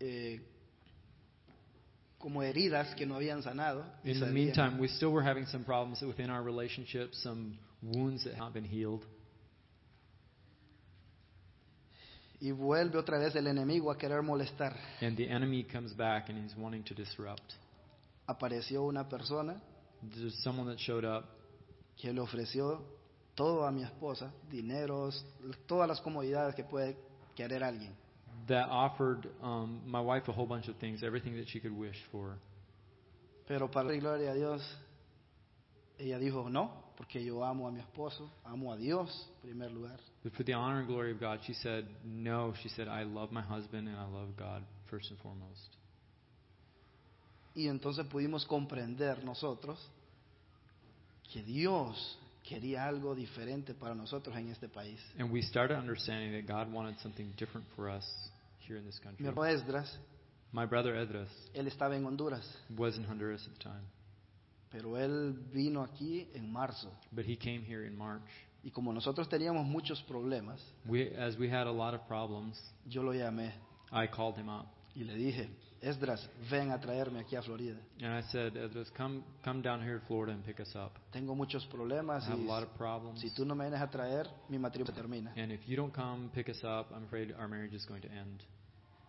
B: eh, como heridas que no habían sanado. y
A: In the
B: sabían.
A: meantime, we still were having some problems within our relationship, some wounds that had not been healed.
B: Y vuelve otra vez el enemigo a querer molestar.
A: And the enemy comes back and he's wanting to disrupt.
B: Apareció una persona
A: There's someone that showed up
B: que le ofreció todo a mi esposa, dineros, todas las comodidades que puede querer alguien.
A: that offered um, my wife a whole bunch of things, everything that she could wish for.
B: Pero para la gloria a Dios, Ella dijo, no, porque yo amo a mi esposo, amo a Dios en primer lugar.
A: But for the honor and glory of God, she said, No. She said, I love my husband and I love God first and foremost.
B: Y entonces pudimos comprender nosotros que Dios quería algo diferente para nosotros en este país.
A: And we started understanding that God wanted something different for us here in this
B: Mi
A: country.
B: hermano Esdras,
A: My brother Edras
B: él estaba en Honduras,
A: was in Honduras at the time,
B: pero él vino aquí en marzo.
A: but he came here in March.
B: Y como nosotros teníamos muchos problemas,
A: We, as we had a lot of problems,
B: yo lo llamé
A: I called him up
B: y le dije, Esdras, ven a traerme aquí a Florida.
A: and I said, Edras, come, come down here to Florida and pick us up.
B: Tengo muchos
A: I
B: problemas
A: have a lot of
B: y
A: problems,
B: si tú no me vienes a traer, mi matrimonio se termina.
A: and if you don't come pick us up, I'm afraid our marriage is going to end.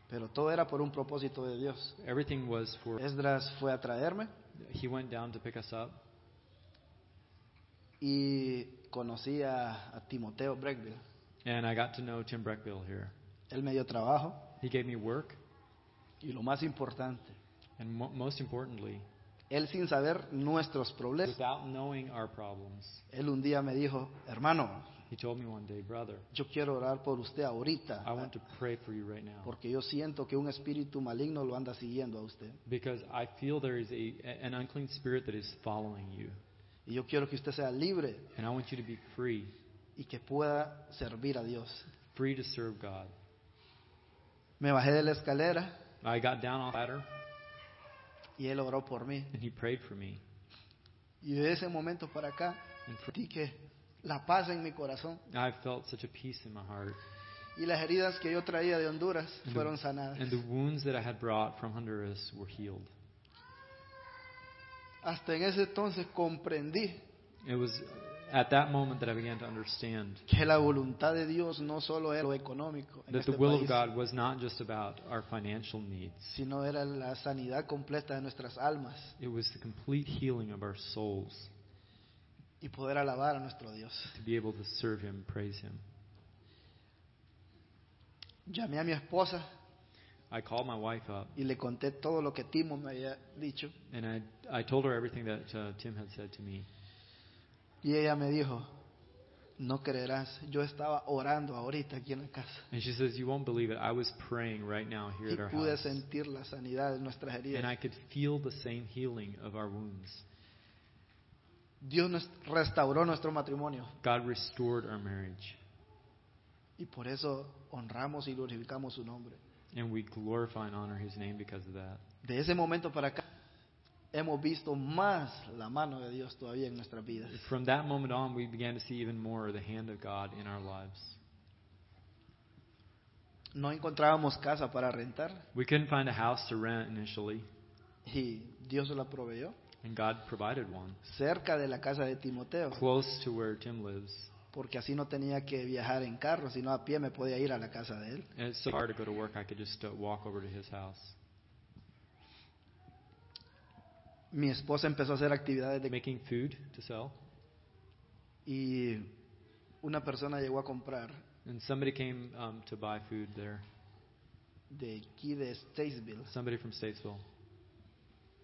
B: Pero todo era por un propósito de Dios.
A: Everything was for.
B: Esdras fue a traerme
A: He went down to pick us up,
B: y conocí a, a Timoteo Breckville.
A: and I got to know Tim Breckbill here.
B: Él me dio trabajo
A: He gave me work,
B: y lo más importante,
A: and mo- most importantly,
B: él sin saber nuestros problemas,
A: without knowing our problems,
B: él un día me dijo, hermano,
A: he told me one day, brother,
B: yo quiero orar por usted
A: I want
B: ahorita,
A: to pray for you right now
B: porque yo siento que un espíritu maligno lo anda siguiendo a usted.
A: because I feel there is a an unclean spirit that is following you,
B: Y yo quiero que usted sea libre
A: and I want you to be free,
B: y que pueda servir a Dios.
A: free to serve God.
B: Me bajé de la escalera
A: I got down off the ladder,
B: y él oró por mí.
A: and he prayed for me.
B: Y de ese momento para acá,
A: And fr-
B: sentí que la paz en mi corazón
A: I felt such a peace in my heart,
B: y las heridas que yo traía de Honduras
A: And the-
B: fueron sanadas.
A: and the wounds that I had brought from Honduras were healed.
B: Hasta en ese entonces comprendí
A: It was at that moment that I began to understand
B: que la voluntad de Dios no solo era lo económico,
A: that
B: en
A: the
B: este
A: will of
B: país,
A: God was not just about our financial needs.
B: sino era la sanidad completa de nuestras almas
A: It was the complete healing of our souls
B: y poder alabar a nuestro Dios.
A: to be able to serve Him, praise Him.
B: Llamé a mi esposa
A: I called my wife up
B: y le conté todo lo que Timo me había dicho
A: and I, I told her everything that uh, Tim had said to me.
B: y ella me dijo, no creerás, yo estaba orando ahorita aquí en la casa
A: And she says, You won't believe it. I was praying right now here
B: y
A: at our
B: pude
A: house.
B: sentir la sanidad de nuestras
A: And I
B: heridas.
A: could feel the same healing of our wounds.
B: Dios nos restauró nuestro matrimonio
A: God restored our marriage
B: y por eso honramos y glorificamos su nombre.
A: and we glorify and honor His name because of that.
B: De ese momento para acá hemos visto más la mano de Dios todavía en nuestras vidas.
A: From that moment on, we began to see even more the hand of God in our lives.
B: No encontrábamos casa para rentar
A: We couldn't find a house to rent initially,
B: y Dios la proveyó
A: and God provided one
B: cerca de la casa de Timoteo,
A: close to where Tim lives.
B: porque así no tenía que viajar en carro, sino a pie me podía ir a la casa de él.
A: And it's so hard to go to work, I could just uh, walk over to his house.
B: Mi esposa empezó a hacer actividades de
A: Making food to sell,
B: y una persona llegó a comprar
A: and somebody came um, to buy food there.
B: de aquí de Statesville
A: Somebody from Statesville,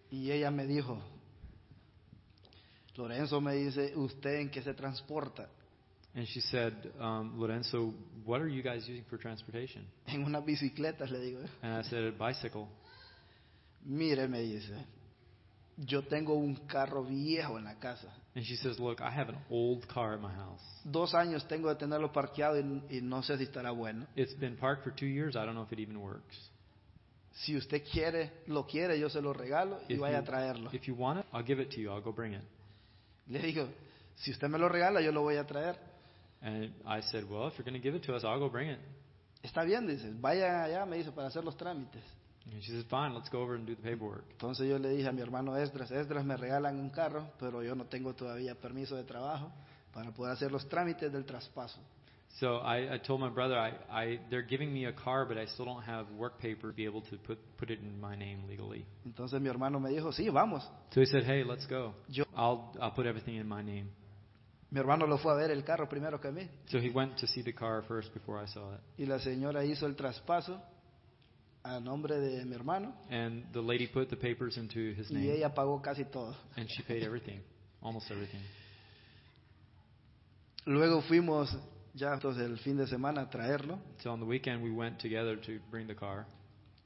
B: y ella me dijo, Lorenzo me dice, ¿usted en qué se transporta?
A: and she said, um, "Lorenzo, what are you guys using for transportation?"
B: En unas bicicletas, le digo.
A: And I said, "A bicycle."
B: Mire, me dice, yo tengo un carro viejo en la casa.
A: And she says, "Look, I have an old car at my house.
B: Dos años tengo de tenerlo parqueado y, y no sé si estará bueno.
A: It's been parked for two years. I don't know if it even works.
B: Si usted quiere, lo quiere, yo se lo regalo y
A: If
B: vaya a
A: you-
B: traerlo.
A: If you want it, I'll give it to you. I'll go bring it."
B: Le digo, si usted me lo regala, yo lo voy a traer.
A: And I said, Well, if you're going to give it to us, I'll go bring it.
B: Está bien, dice, vaya allá, me dice, para hacer los trámites.
A: And she said, Fine, let's go over and do the paperwork.
B: Entonces yo le dije a mi hermano Esdras, Esdras me regalan un carro, pero yo no tengo todavía permiso de trabajo para poder hacer los trámites del traspaso.
A: So I, I told my brother, I, I, They're giving me a car, but I still don't have work paper to be able to put, put it in my name legally.
B: Entonces mi hermano me dijo, sí, vamos.
A: So he said, Hey, let's go.
B: Yo,
A: I'll, I'll put everything in my name.
B: mi hermano lo fue a ver el carro primero que a mí.
A: So he went to see the car first before I saw it.
B: Y la señora hizo el traspaso a nombre de mi hermano
A: And the lady put the papers into his
B: y
A: name,
B: ella pagó casi todo.
A: and she paid everything. almost everything.
B: Luego fuimos ya entonces el fin de semana a traerlo.
A: So on the weekend, we went together to bring the car.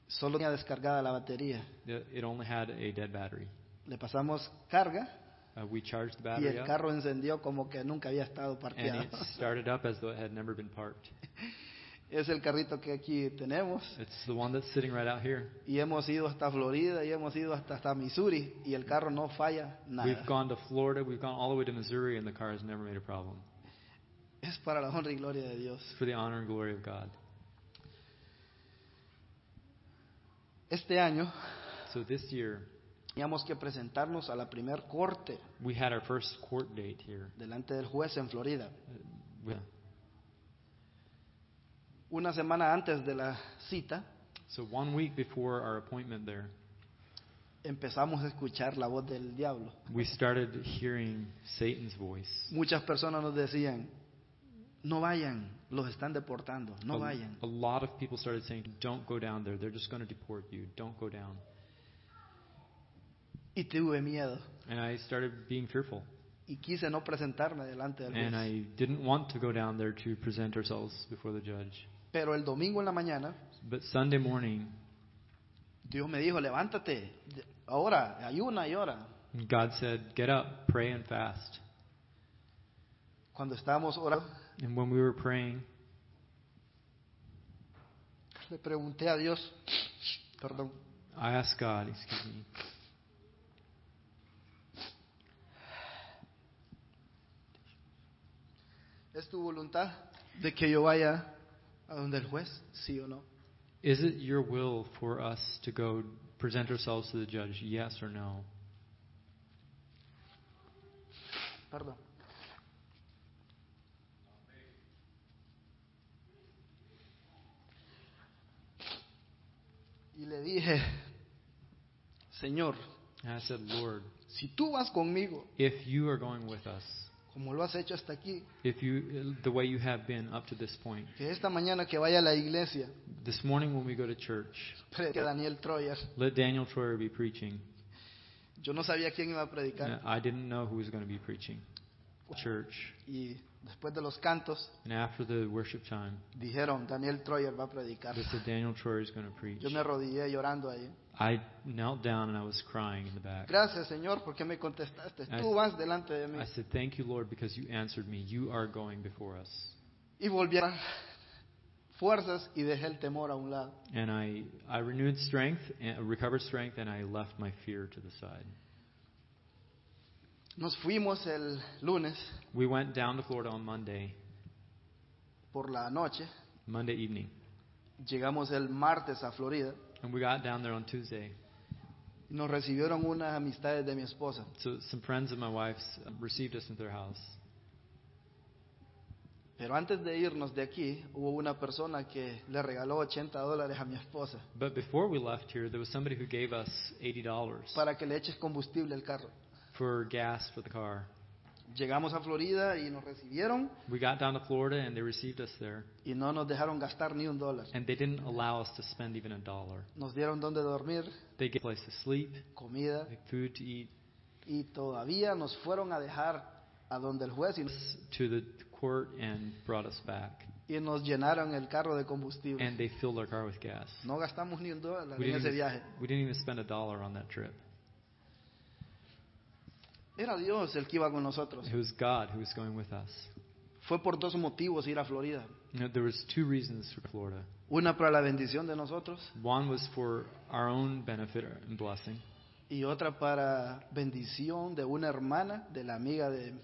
B: Solo tenía descargada la batería.
A: The- It only had a dead battery.
B: Le pasamos carga
A: Uh, we charged the
B: y
A: battery
B: el
A: up,
B: carro encendió como que nunca había estado
A: and
B: parqueado.
A: it started up as though it had never been parked.
B: Es el carrito que aquí tenemos
A: It's the one that's sitting right out here.
B: y hemos ido hasta Florida y hemos ido hasta, hasta Missouri y el carro no falla nada.
A: We've gone to Florida, we've gone all the way to Missouri, and the car has never made a problem.
B: Es para la honra y gloria de Dios.
A: It's for the honor and glory of God.
B: Este año
A: So this year,
B: teníamos que presentarnos a la primer corte
A: we had our first court date here. Uh,
B: delante del juez en Florida.
A: Yeah.
B: Una semana antes de la cita
A: So one week before our appointment there,
B: empezamos a escuchar la voz del diablo.
A: we started hearing Satan's voice.
B: Muchas personas nos decían, no vayan, los están deportando, no
A: a,
B: vayan.
A: a lot of people started saying, "Don't go down there. They're just going to deport you. Don't go down."
B: Y tuve miedo
A: And I started being fearful,
B: y quise no presentarme delante del
A: and
B: juez.
A: I didn't want to go down there to present ourselves before the judge.
B: Pero el domingo en la mañana
A: But Sunday morning,
B: Dios me dijo, levántate, de- ahora, ayuna y ora.
A: God said, "Get up, pray and fast."
B: Cuando estábamos orando,
A: And when we were praying,
B: le pregunté a Dios, perdón,
A: I asked God, "Excuse me,
B: ¿es tu voluntad de que yo vaya a donde el juez? Sí o no.
A: is it your will for us to go present ourselves to the judge? Yes or no?"
B: Perdón. Y le dije, Señor,
A: And I said, "Lord,
B: si tú vas conmigo,
A: if you are going with us,
B: como lo has hecho hasta aquí,
A: if you the way you have been up to this point,
B: que esta mañana que vaya a la iglesia,
A: this morning when we go to church,
B: predique Daniel Troyer.
A: Let Daniel Troyer be preaching.
B: Yo no sabía quién iba a predicar.
A: And I didn't know who was going to be preaching. Church.
B: Y después de los cantos,
A: And after the worship time,
B: dijeron, Daniel Troyer va a predicar.
A: they said Daniel Troyer is going to preach.
B: Yo me arrodillé llorando ahí.
A: I knelt down and I was crying in the back.
B: Gracias, Señor, porque me contestaste. Tú vas delante de mí.
A: I said, Thank you, Lord, because you answered me. You are going before us.
B: y volví a fuerzas y dejé el temor a un lado.
A: And I, I renewed strength, and recovered strength, and I left my fear to the side.
B: Nos fuimos el lunes
A: We went down to Florida on Monday,
B: por la noche,
A: Monday evening,
B: llegamos el martes a Florida
A: and we got down there on Tuesday.
B: y nos recibieron unas amistades de mi esposa.
A: So some friends of my wife's uh, received us into their house.
B: Pero antes de irnos de aquí, hubo una persona que le regaló 80 dólares a mi esposa
A: But before we left here, there was somebody who gave us eighty dollars
B: para que le eches combustible al carro.
A: for gas for the car.
B: Llegamos a Florida y nos recibieron
A: We got down to Florida and they received us there,
B: y no nos dejaron gastar ni un dólar.
A: and they didn't allow us to spend even a dollar.
B: Nos dieron donde dormir,
A: They gave us place to sleep,
B: comida
A: food to eat,
B: y todavía nos fueron a dejar a donde el juez y
A: to the court, and brought us back.
B: y nos llenaron el carro de combustible.
A: And they filled our car with gas.
B: No gastamos ni un dólar
A: We
B: en
A: didn't, even,
B: ese viaje.
A: we didn't even spend a dollar on that trip.
B: Era Dios el que iba con nosotros.
A: It was God who was going with us.
B: Fue por dos motivos ir a Florida.
A: You know, there was two reasons for Florida.
B: Una para la bendición de nosotros
A: One was for our own benefit and blessing,
B: y otra para bendición de una hermana, de la amiga de...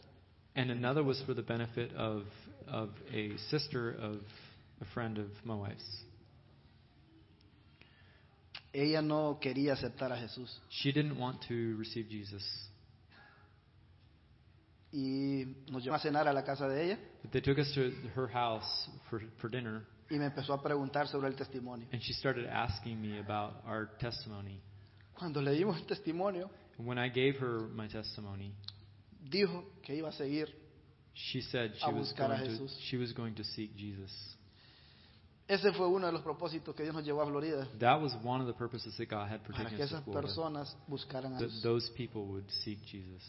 A: And another was for the benefit of of a sister of a friend of my wife's.
B: Ella no quería aceptar a Jesús
A: She didn't want to receive Jesus.
B: y nos llevó a cenar a la casa de ella
A: But they took us to her house for, for dinner,
B: y me empezó a preguntar sobre el testimonio.
A: and she started asking me about our testimony.
B: Cuando le dimos el testimonio,
A: And when I gave her my testimony,
B: dijo que iba a seguir.
A: she said
B: A
A: she was
B: buscar a
A: going to,
B: Jesús.
A: she was going to seek Jesus.
B: Ese fue uno de los propósitos que Dios nos llevó a Florida,
A: That was one of the purposes that God had for
B: para
A: taking
B: que
A: us to
B: esas
A: Florida,
B: personas buscaran a
A: that
B: Jesús.
A: those people would seek Jesus.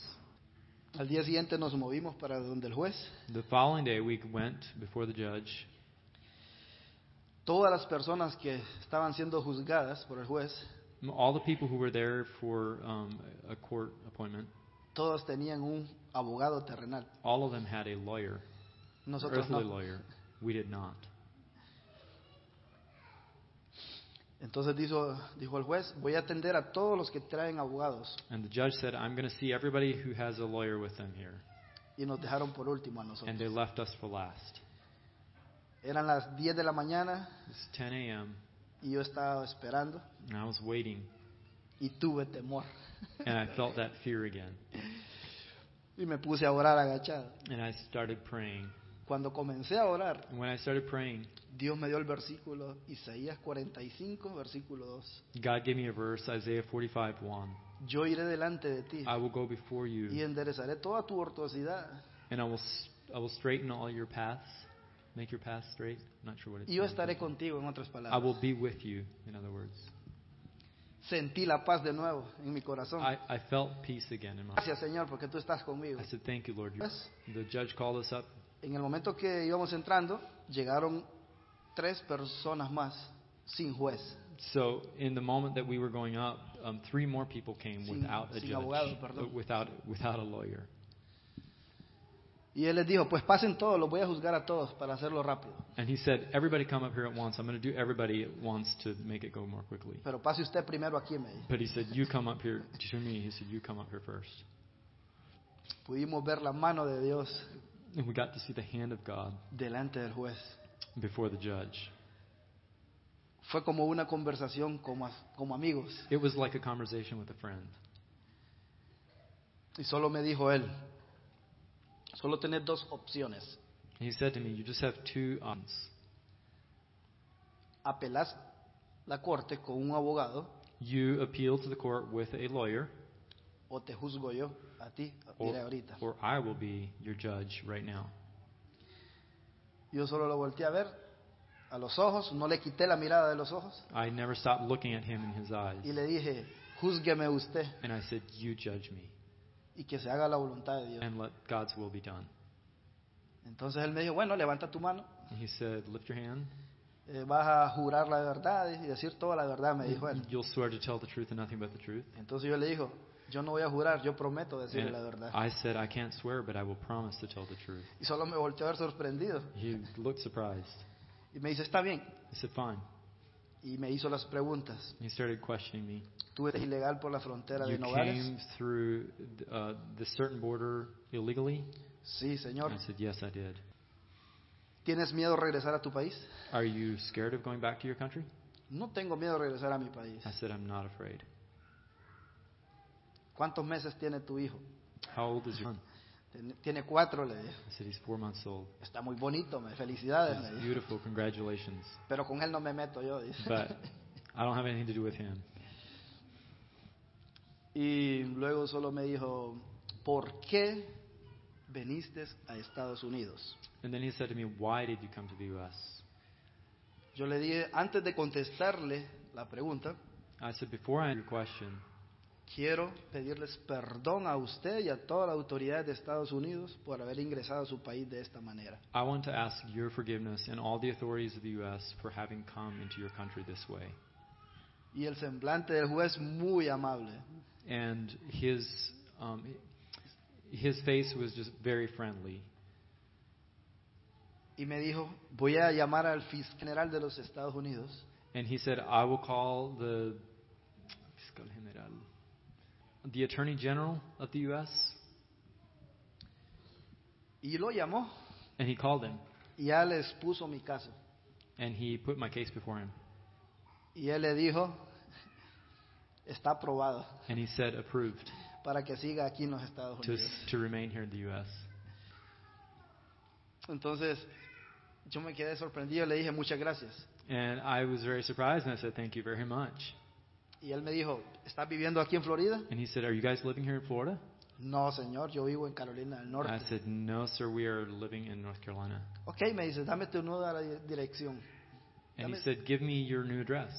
B: Al día siguiente nos movimos para donde el juez.
A: The following day, we went before the judge.
B: Todas las personas que estaban siendo juzgadas por el juez,
A: M- All the people who were there for um, a court appointment,
B: todos tenían un abogado terrenal.
A: all of them had a lawyer, an
B: Nosotros
A: earthly
B: no.
A: lawyer. We did not.
B: Entonces dijo, dijo el juez, voy a atender a todos los que traen abogados.
A: And the judge said, I'm going to see everybody who has a lawyer with them here.
B: Y nos dejaron por último a
A: And they
B: nosotros.
A: left us for last.
B: Eran las 10 de la mañana
A: It's 10 a.m.,
B: y yo estaba esperando
A: and I was waiting,
B: y tuve temor.
A: and I felt that fear again.
B: Y me puse a orar agachado.
A: And I started praying.
B: Cuando comencé a orar,
A: And when I started praying,
B: Dios me dio el versículo Isaías 45, versículo 2.
A: God gave me a verse, Isaiah 45:1.
B: Yo iré delante de ti
A: I will go before
B: y
A: you,
B: enderezaré toda tu ortosidad.
A: and I will, s- I will straighten all your paths, make your paths straight. not sure what it's
B: Y yo
A: called.
B: estaré contigo, en otras
A: I will
B: palabras.
A: be with you, in other words.
B: Sentí la paz de nuevo en mi corazón.
A: I, I felt peace again in my
B: Gracias, Señor, porque tú estás conmigo.
A: I said, Thank you, Lord. You-
B: Yes.
A: The judge called us up.
B: En el momento que íbamos entrando, llegaron tres personas más sin juez,
A: So, in the moment that we were going up, um, three more people came
B: Sin-
A: without a
B: sin
A: judge,
B: abogado, perdón.
A: uh, without, without a lawyer.
B: y él les dijo, pues pasen todos, los voy a juzgar a todos para hacerlo rápido,
A: And he said, Everybody come up here at once. I'm going to do everybody at once to make it go more quickly.
B: pero pase usted primero aquí, me dijo.
A: But he said, You come up here to me. He said, You come up here first.
B: Pudimos ver la mano de Dios
A: And we got to see the hand of God
B: delante del juez.
A: before the judge.
B: Fue como una conversación como, as- como amigos,
A: It was like a conversation with a friend.
B: y solo me dijo él, solo tenés dos opciones,
A: And he said to me, You just have two options.
B: apelás la corte con un abogado
A: You appeal to the court with a lawyer,
B: o te juzgo yo a ti,
A: or,
B: mire ahorita.
A: or I will be your judge right now.
B: Yo solo lo volteé a ver a los ojos, no le quité la mirada de los ojos
A: I never stopped looking at him in his eyes.
B: y le dije, júzgueme usted
A: And I said, You judge me,
B: y que se haga la voluntad de Dios.
A: and let God's will be done.
B: Entonces él me dijo, bueno, levanta tu mano,
A: And he said, Lift your hand.
B: eh, vas a jurar la verdad y decir toda la verdad, me dijo él.
A: You'll swear to tell the truth and nothing but the truth.
B: Entonces yo le dijo, yo no voy a jurar, yo prometo decirle
A: And
B: la verdad.
A: I said, I can't swear, but I will promise to tell the truth.
B: Y solo me volteó a ver sorprendido
A: He looked surprised.
B: y me dice, está bien.
A: I said, Fine.
B: Y me hizo las preguntas.
A: He started questioning me.
B: Tú eres ilegal por la frontera de
A: You
B: Nogales.
A: came through uh, the certain border illegally?
B: Sí, señor.
A: And I said, Yes, I did.
B: ¿Tienes miedo a regresar a tu país?
A: Are you scared of going back to your country?
B: No tengo miedo a regresar a mi país.
A: I said, I'm not afraid.
B: ¿Cuántos meses tiene tu hijo?
A: How old is your son?
B: Ten- Tiene cuatro, le dije.
A: I said, He's four months old.
B: Está muy bonito, me felicidades, me
A: He's
B: dijo.
A: beautiful. Congratulations.
B: Pero con él no me meto yo, dice.
A: But I don't have anything to do with him.
B: Y luego solo me dijo, ¿por qué viniste a Estados Unidos?
A: And then he said to me, Why did you come to the U.S.?
B: Yo le dije, antes de contestarle la pregunta,
A: I said, Before I answer your question,
B: quiero pedirles perdón a usted y a toda la autoridad de Estados Unidos por haber ingresado a su país de esta manera.
A: I want to ask your forgiveness and all the authorities of the U.S. for having come into your country this way.
B: Y el semblante del juez muy amable.
A: and his um, his face was just very friendly.
B: Y me dijo, voy a llamar al fiscal general de los Estados Unidos
A: And he said, "I will call the Fiscal General, the Attorney General of the U.S."
B: Y lo llamó
A: And he called him,
B: y ya les puso mi caso.
A: and he put my case before him,
B: Y él le dijo, está aprobado
A: and he said, "Approved
B: para que siga aquí en los Estados
A: to
B: Unidos.
A: to remain here in the U.S."
B: Entonces, yo me quedé sorprendido, le dije muchas gracias.
A: And I was very surprised, and I said, "Thank you very much."
B: Y él me dijo, ¿estás viviendo aquí en Florida?
A: And he said, "Are you guys living here in Florida?"
B: No, señor, yo vivo en Carolina del
A: And I
B: Norte.
A: said, "No, sir. We are living in North Carolina."
B: Ok, me dice, dame tu nueva di- dirección.
A: And he said, "Give me your new address."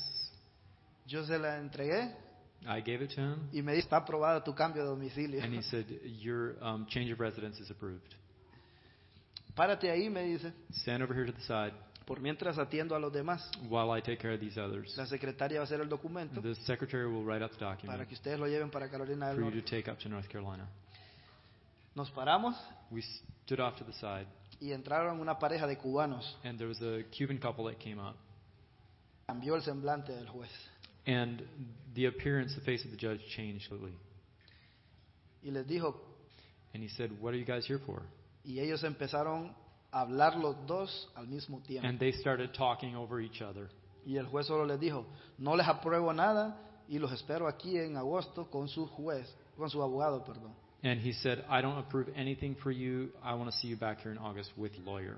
B: Yo se la entregué
A: I gave it to him,
B: y me dice, está aprobado tu cambio de domicilio.
A: and he said, "Your um, change of residence is approved.
B: Párate ahí, me dice,
A: Stand over here to the side
B: por mientras atiendo a los demás.
A: while I take care of these others.
B: La secretaria va a hacer el documento
A: The secretary will write up the
B: para
A: document
B: que ustedes lo lleven para Carolina
A: for
B: del
A: you to
B: Norte.
A: take up to North Carolina."
B: Nos paramos
A: We stood off to the side,
B: y entraron una pareja de cubanos.
A: and there was a Cuban couple that came up,
B: Cambió el semblante del juez.
A: and the appearance, the face of the judge changed completely.
B: Y les dijo,
A: And he said, "What are you guys here for?"
B: y ellos empezaron a hablar los dos al mismo
A: And
B: tiempo.
A: they started talking over each other.
B: Y el juez solo les dijo, no les apruebo nada y los espero aquí en agosto con su juez, con su abogado, perdón.
A: And he said, I don't approve anything for you. I want to see you back here in August with your lawyer.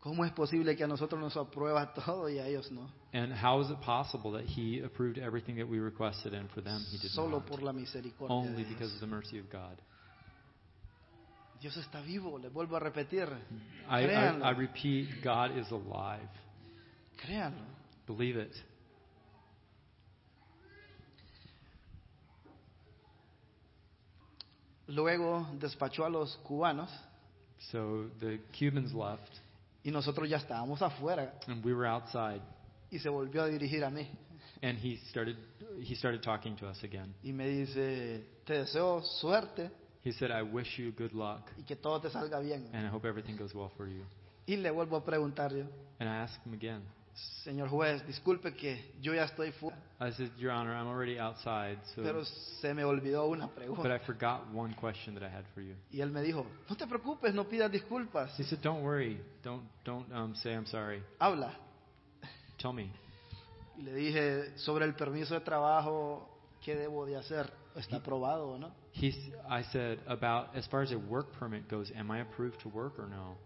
B: ¿Cómo es posible que a nosotros nos aprueba todo y a ellos no?
A: And how is it possible that he approved everything that we requested and for them he did
B: Solo
A: not?
B: por la misericordia.
A: Only
B: de
A: because of
B: Dios.
A: the mercy of God.
B: Dios está vivo, les vuelvo a repetir.
A: I, I, I
B: Créanlo,
A: repeat, God is alive.
B: créanlo.
A: Believe it.
B: Luego despachó a los cubanos
A: So the Cubans left,
B: y nosotros ya estábamos afuera
A: and we were outside,
B: y se volvió a dirigir a mí
A: and he started, he started talking to us again.
B: y me dice, te deseo suerte
A: He said, I wish you good luck,
B: y que todo te salga bien.
A: and I hope everything goes well for you.
B: Y le vuelvo a preguntar yo,
A: And I asked him again.
B: señor juez, disculpe que yo ya estoy fuera,
A: I said, Your Honor, I'm already outside, so
B: pero se me olvidó una
A: But I
B: pregunta.
A: forgot one question that I had for you.
B: Y él me dijo, no te preocupes, no pidas disculpas,
A: He said, "Don't worry. Don't don't um, say I'm sorry.
B: habla.
A: Tell me."
B: Y le dije, sobre el permiso de trabajo, ¿qué debo de hacer? ¿Está aprobado o no?
A: He, s- I said, "About as far as a work permit goes, am I approved to work or no?"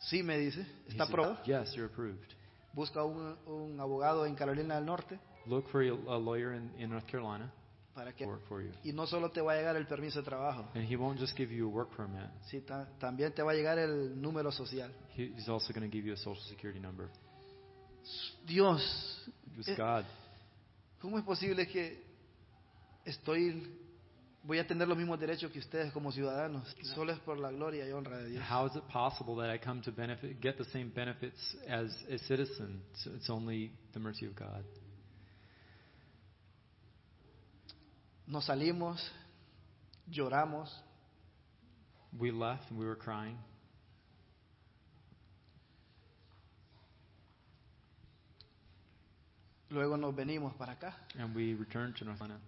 B: Sí, me dice,
A: He
B: está
A: said,
B: aprobado.
A: yes, you're approved.
B: Busca un, un abogado en Carolina del Norte
A: Look for a, a lawyer in, in North Carolina
B: para
A: to
B: que...
A: work for you,
B: Y no solo te va a llegar el permiso de trabajo,
A: and he won't just give you a work permit.
B: sí, ta- también te va a llegar el número social.
A: He, he's also going to give you a social security number.
B: Dios,
A: It was
B: Eh.
A: God.
B: ¿cómo es posible que estoy... Voy a tener los mismos derechos que ustedes como ciudadanos. Solo es por la gloria y honra de Dios.
A: How is it possible that I come to benefit, get the same benefits as a citizen? So it's only the mercy of God.
B: Nos salimos, lloramos,
A: We left and we were crying.
B: luego nos venimos para acá.
A: And we returned to North Carolina.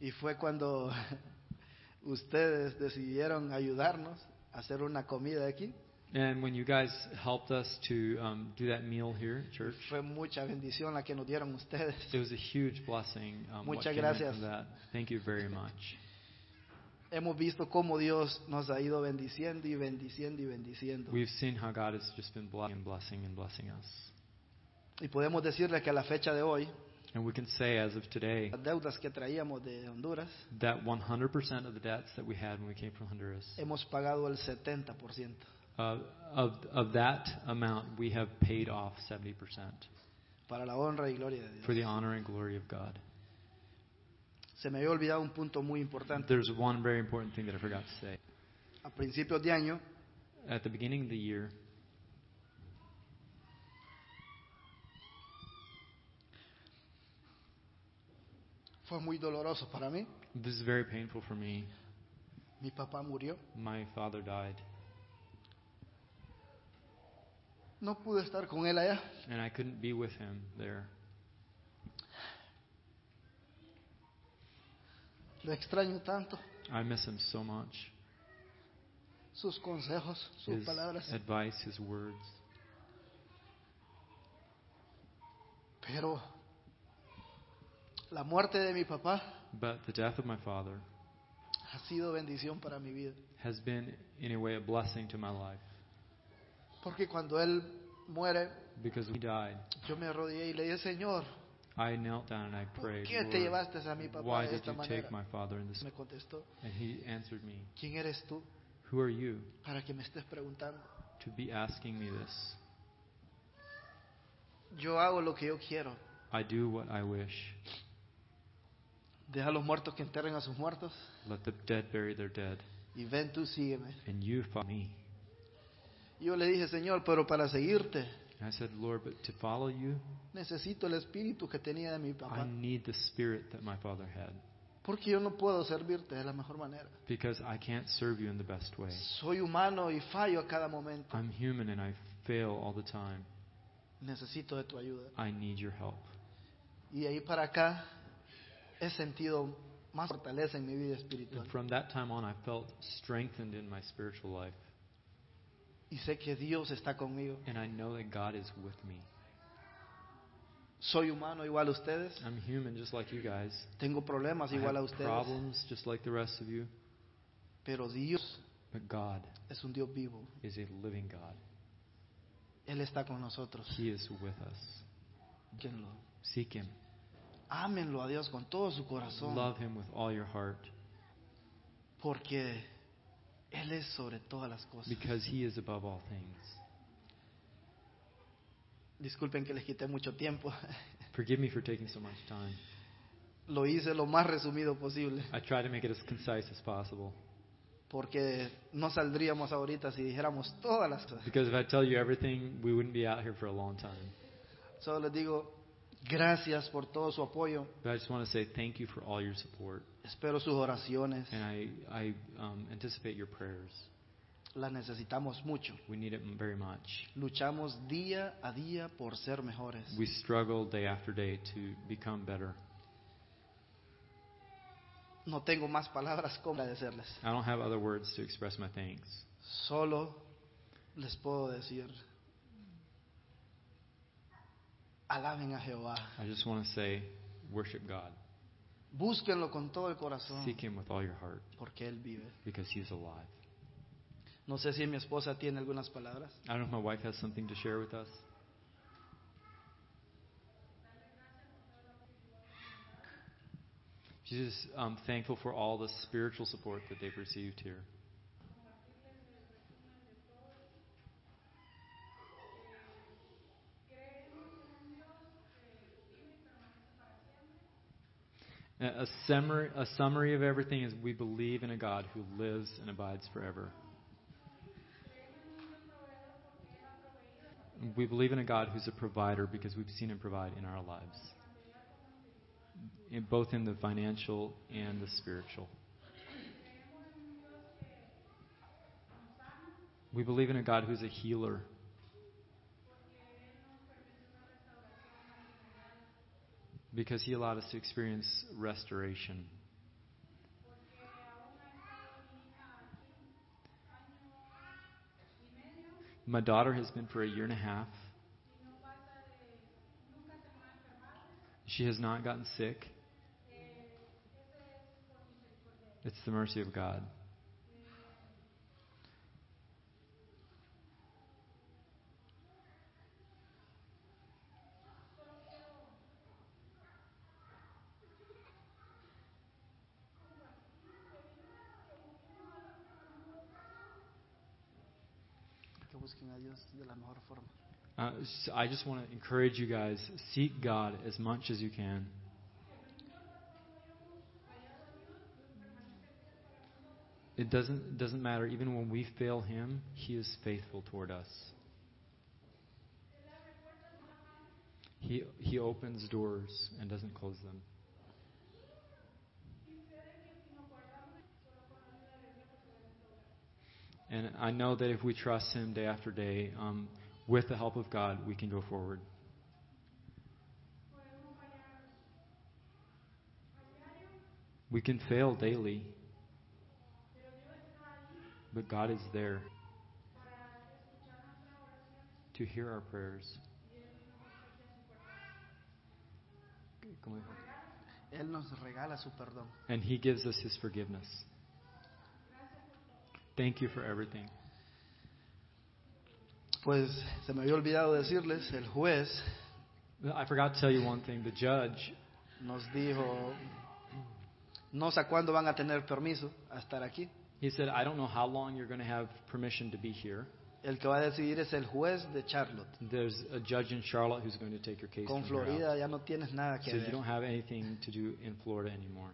B: Y fue cuando ustedes decidieron ayudarnos a hacer una comida aquí.
A: And when you guys helped us to um, do that meal here at church,
B: Fue mucha bendición la que nos dieron ustedes.
A: it was a huge blessing. Um, what came
B: Muchas
A: in
B: gracias.
A: From that. Thank you very much.
B: Hemos visto cómo Dios nos ha ido bendiciendo y bendiciendo y bendiciendo.
A: We've seen how God has just been blessing and blessing and blessing us.
B: Y podemos decirles que a la fecha de hoy,
A: And we can say, as of today,
B: las deudas que traíamos de Honduras,
A: that 100% of the debts that we had when we came from Honduras,
B: hemos pagado el 70%.
A: uh, of, of that amount, we have paid off 70%
B: Para la honra y gloria de
A: for
B: Dios.
A: the honor and glory of God.
B: Se me había olvidado un punto muy importante.
A: There's one very important thing that I forgot to say.
B: A principios de año,
A: At the beginning of the year,
B: fue muy doloroso para mí.
A: this is very painful for me.
B: Mi papá murió.
A: My father died.
B: No pude estar con él allá.
A: and I couldn't be with him there.
B: Lo extraño tanto.
A: I miss him so much.
B: sus consejos, sus
A: His
B: palabras.
A: advice, his words.
B: Pero la muerte de mi papá
A: But the death of my father
B: ha sido bendición para mi vida.
A: has been, in a way, a blessing to my life
B: Porque cuando él muere,
A: because when he died,
B: yo me arrodillé y le dije, Señor,
A: I knelt down and I
B: ¿por
A: prayed,
B: qué te
A: Lord,
B: llevaste a mi papá
A: why
B: de
A: did
B: esta
A: you
B: manera?
A: take my father in this?
B: Me contestó,
A: And he answered me,
B: ¿quién eres tú
A: Who are you
B: para que me estés preguntando?
A: to be asking me this?
B: Yo hago lo que yo quiero,
A: I do what I wish.
B: Deja a los muertos que enterren a sus muertos
A: Let the dead bury their dead,
B: y ven tú, sígueme.
A: and you follow me.
B: Y yo le dije, Señor, pero para seguirte
A: And I said, Lord, but to follow you,
B: necesito el espíritu que tenía de mi
A: I
B: papá.
A: need the spirit that my father had,
B: Porque yo no puedo servirte de la mejor manera.
A: because I can't serve you in the best way.
B: Soy humano y fallo a cada momento.
A: I'm human and I fail all the time.
B: Necesito de tu ayuda.
A: I need your help.
B: Y de ahí para acá he sentido más fortaleza en mi vida
A: And
B: espiritual.
A: from that time on, I felt strengthened in my spiritual life,
B: Y sé que Dios está conmigo.
A: and I know that God is with me.
B: Soy humano igual a ustedes.
A: I'm human just like you guys.
B: Tengo problemas
A: I
B: igual a
A: have
B: ustedes.
A: problems just like the rest of you,
B: Pero Dios
A: but God
B: es un Dios vivo.
A: is a living God.
B: Él está con nosotros.
A: He is with us.
B: Búsquenlo.
A: Seek Him.
B: Ámenlo a Dios con todo su corazón.
A: Love Him with all your heart
B: Porque Él es sobre todas las cosas.
A: because He is above all things.
B: Disculpen que les quité mucho tiempo.
A: Forgive me for taking so much time.
B: Lo hice lo más resumido posible.
A: I try to make it as concise as possible
B: Porque no saldríamos ahorita si dijéramos todas las cosas.
A: because if I tell you everything, we wouldn't be out here for a long time.
B: Solo les digo, gracias por todo su apoyo.
A: But I just want to say thank you for all your support,
B: Espero sus oraciones.
A: and I, I um, anticipate your prayers.
B: Las necesitamos mucho.
A: We need it m- very much.
B: Luchamos día a día por ser mejores.
A: We struggle day after day to become better.
B: No tengo más palabras como agradecerles.
A: I don't have other words to express my thanks.
B: Solo les puedo decir, alaben a Jehová.
A: I just want to say, worship God.
B: Búsquenlo con todo el corazón,
A: Seek Him with all your heart
B: porque Él vive.
A: because He is alive.
B: No sé si mi esposa tiene algunas palabras.
A: I don't know if my wife has something to share with us. She's just um, thankful for all the spiritual support that they've received here. A a summary, a summary of everything is we believe in a God who lives and abides forever. We believe in a God who's a provider because we've seen him provide in our lives, in both in the financial and the spiritual. We believe in a God who's a healer because he allowed us to experience restoration. My daughter has been for a year and a half. She has not gotten sick. It's the mercy of God.
B: Que busquen a Dios de la mejor forma.
A: Uh, s- I just want to encourage you guys seek God as much as you can. It doesn't, doesn't matter. Even when we fail Him, He is faithful toward us. He, he opens doors and doesn't close them. And I know that if we trust Him day after day, um, with the help of God, we can go forward. We can fail daily, but God is there to hear our prayers. Come on.
B: Él nos regala su perdón.
A: And He gives us His forgiveness. Thank you for everything.
B: Pues se me había olvidado decirles, el juez
A: I forgot to tell you one thing. The judge
B: nos dijo, no sé a cuándo van a tener permiso a estar aquí,
A: He said, I don't know how long you're going to have permission to be here,
B: El que va a decidir es el juez de Charlotte.
A: There's a judge in Charlotte who's going to take your case.
B: Con
A: from here out.
B: Florida ya no tienes nada que
A: So you
B: ver.
A: don't have anything to do in Florida anymore.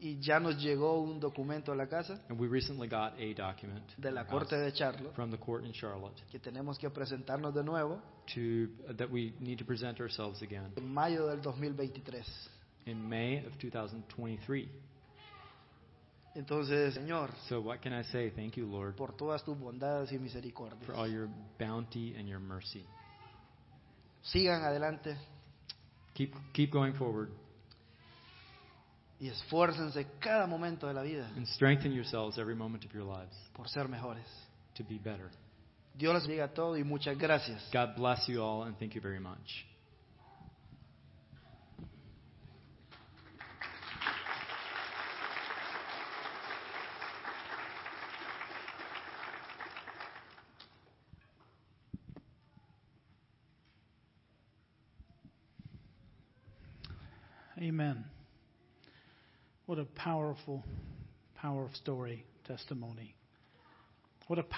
B: Y ya nos llegó un documento a la casa
A: And we recently got a document
B: de la corte de Charlotte
A: from the court in Charlotte
B: que tenemos que presentarnos de nuevo
A: to uh, that we need to present ourselves again
B: en mayo del 2023.
A: in May of 2023.
B: Entonces, Señor,
A: So what can I say? Thank you, Lord,
B: por todas tus bondades y misericordias,
A: for all your bounty and your mercy.
B: sigan adelante
A: Keep keep going forward
B: y esfuércense cada momento de la vida
A: and strengthen yourselves every moment of your lives
B: por ser mejores.
A: to be better.
B: Dios les diga todo y muchas gracias.
A: God bless you all and thank you very much.
D: Amen. What a powerful, powerful story, testimony. What a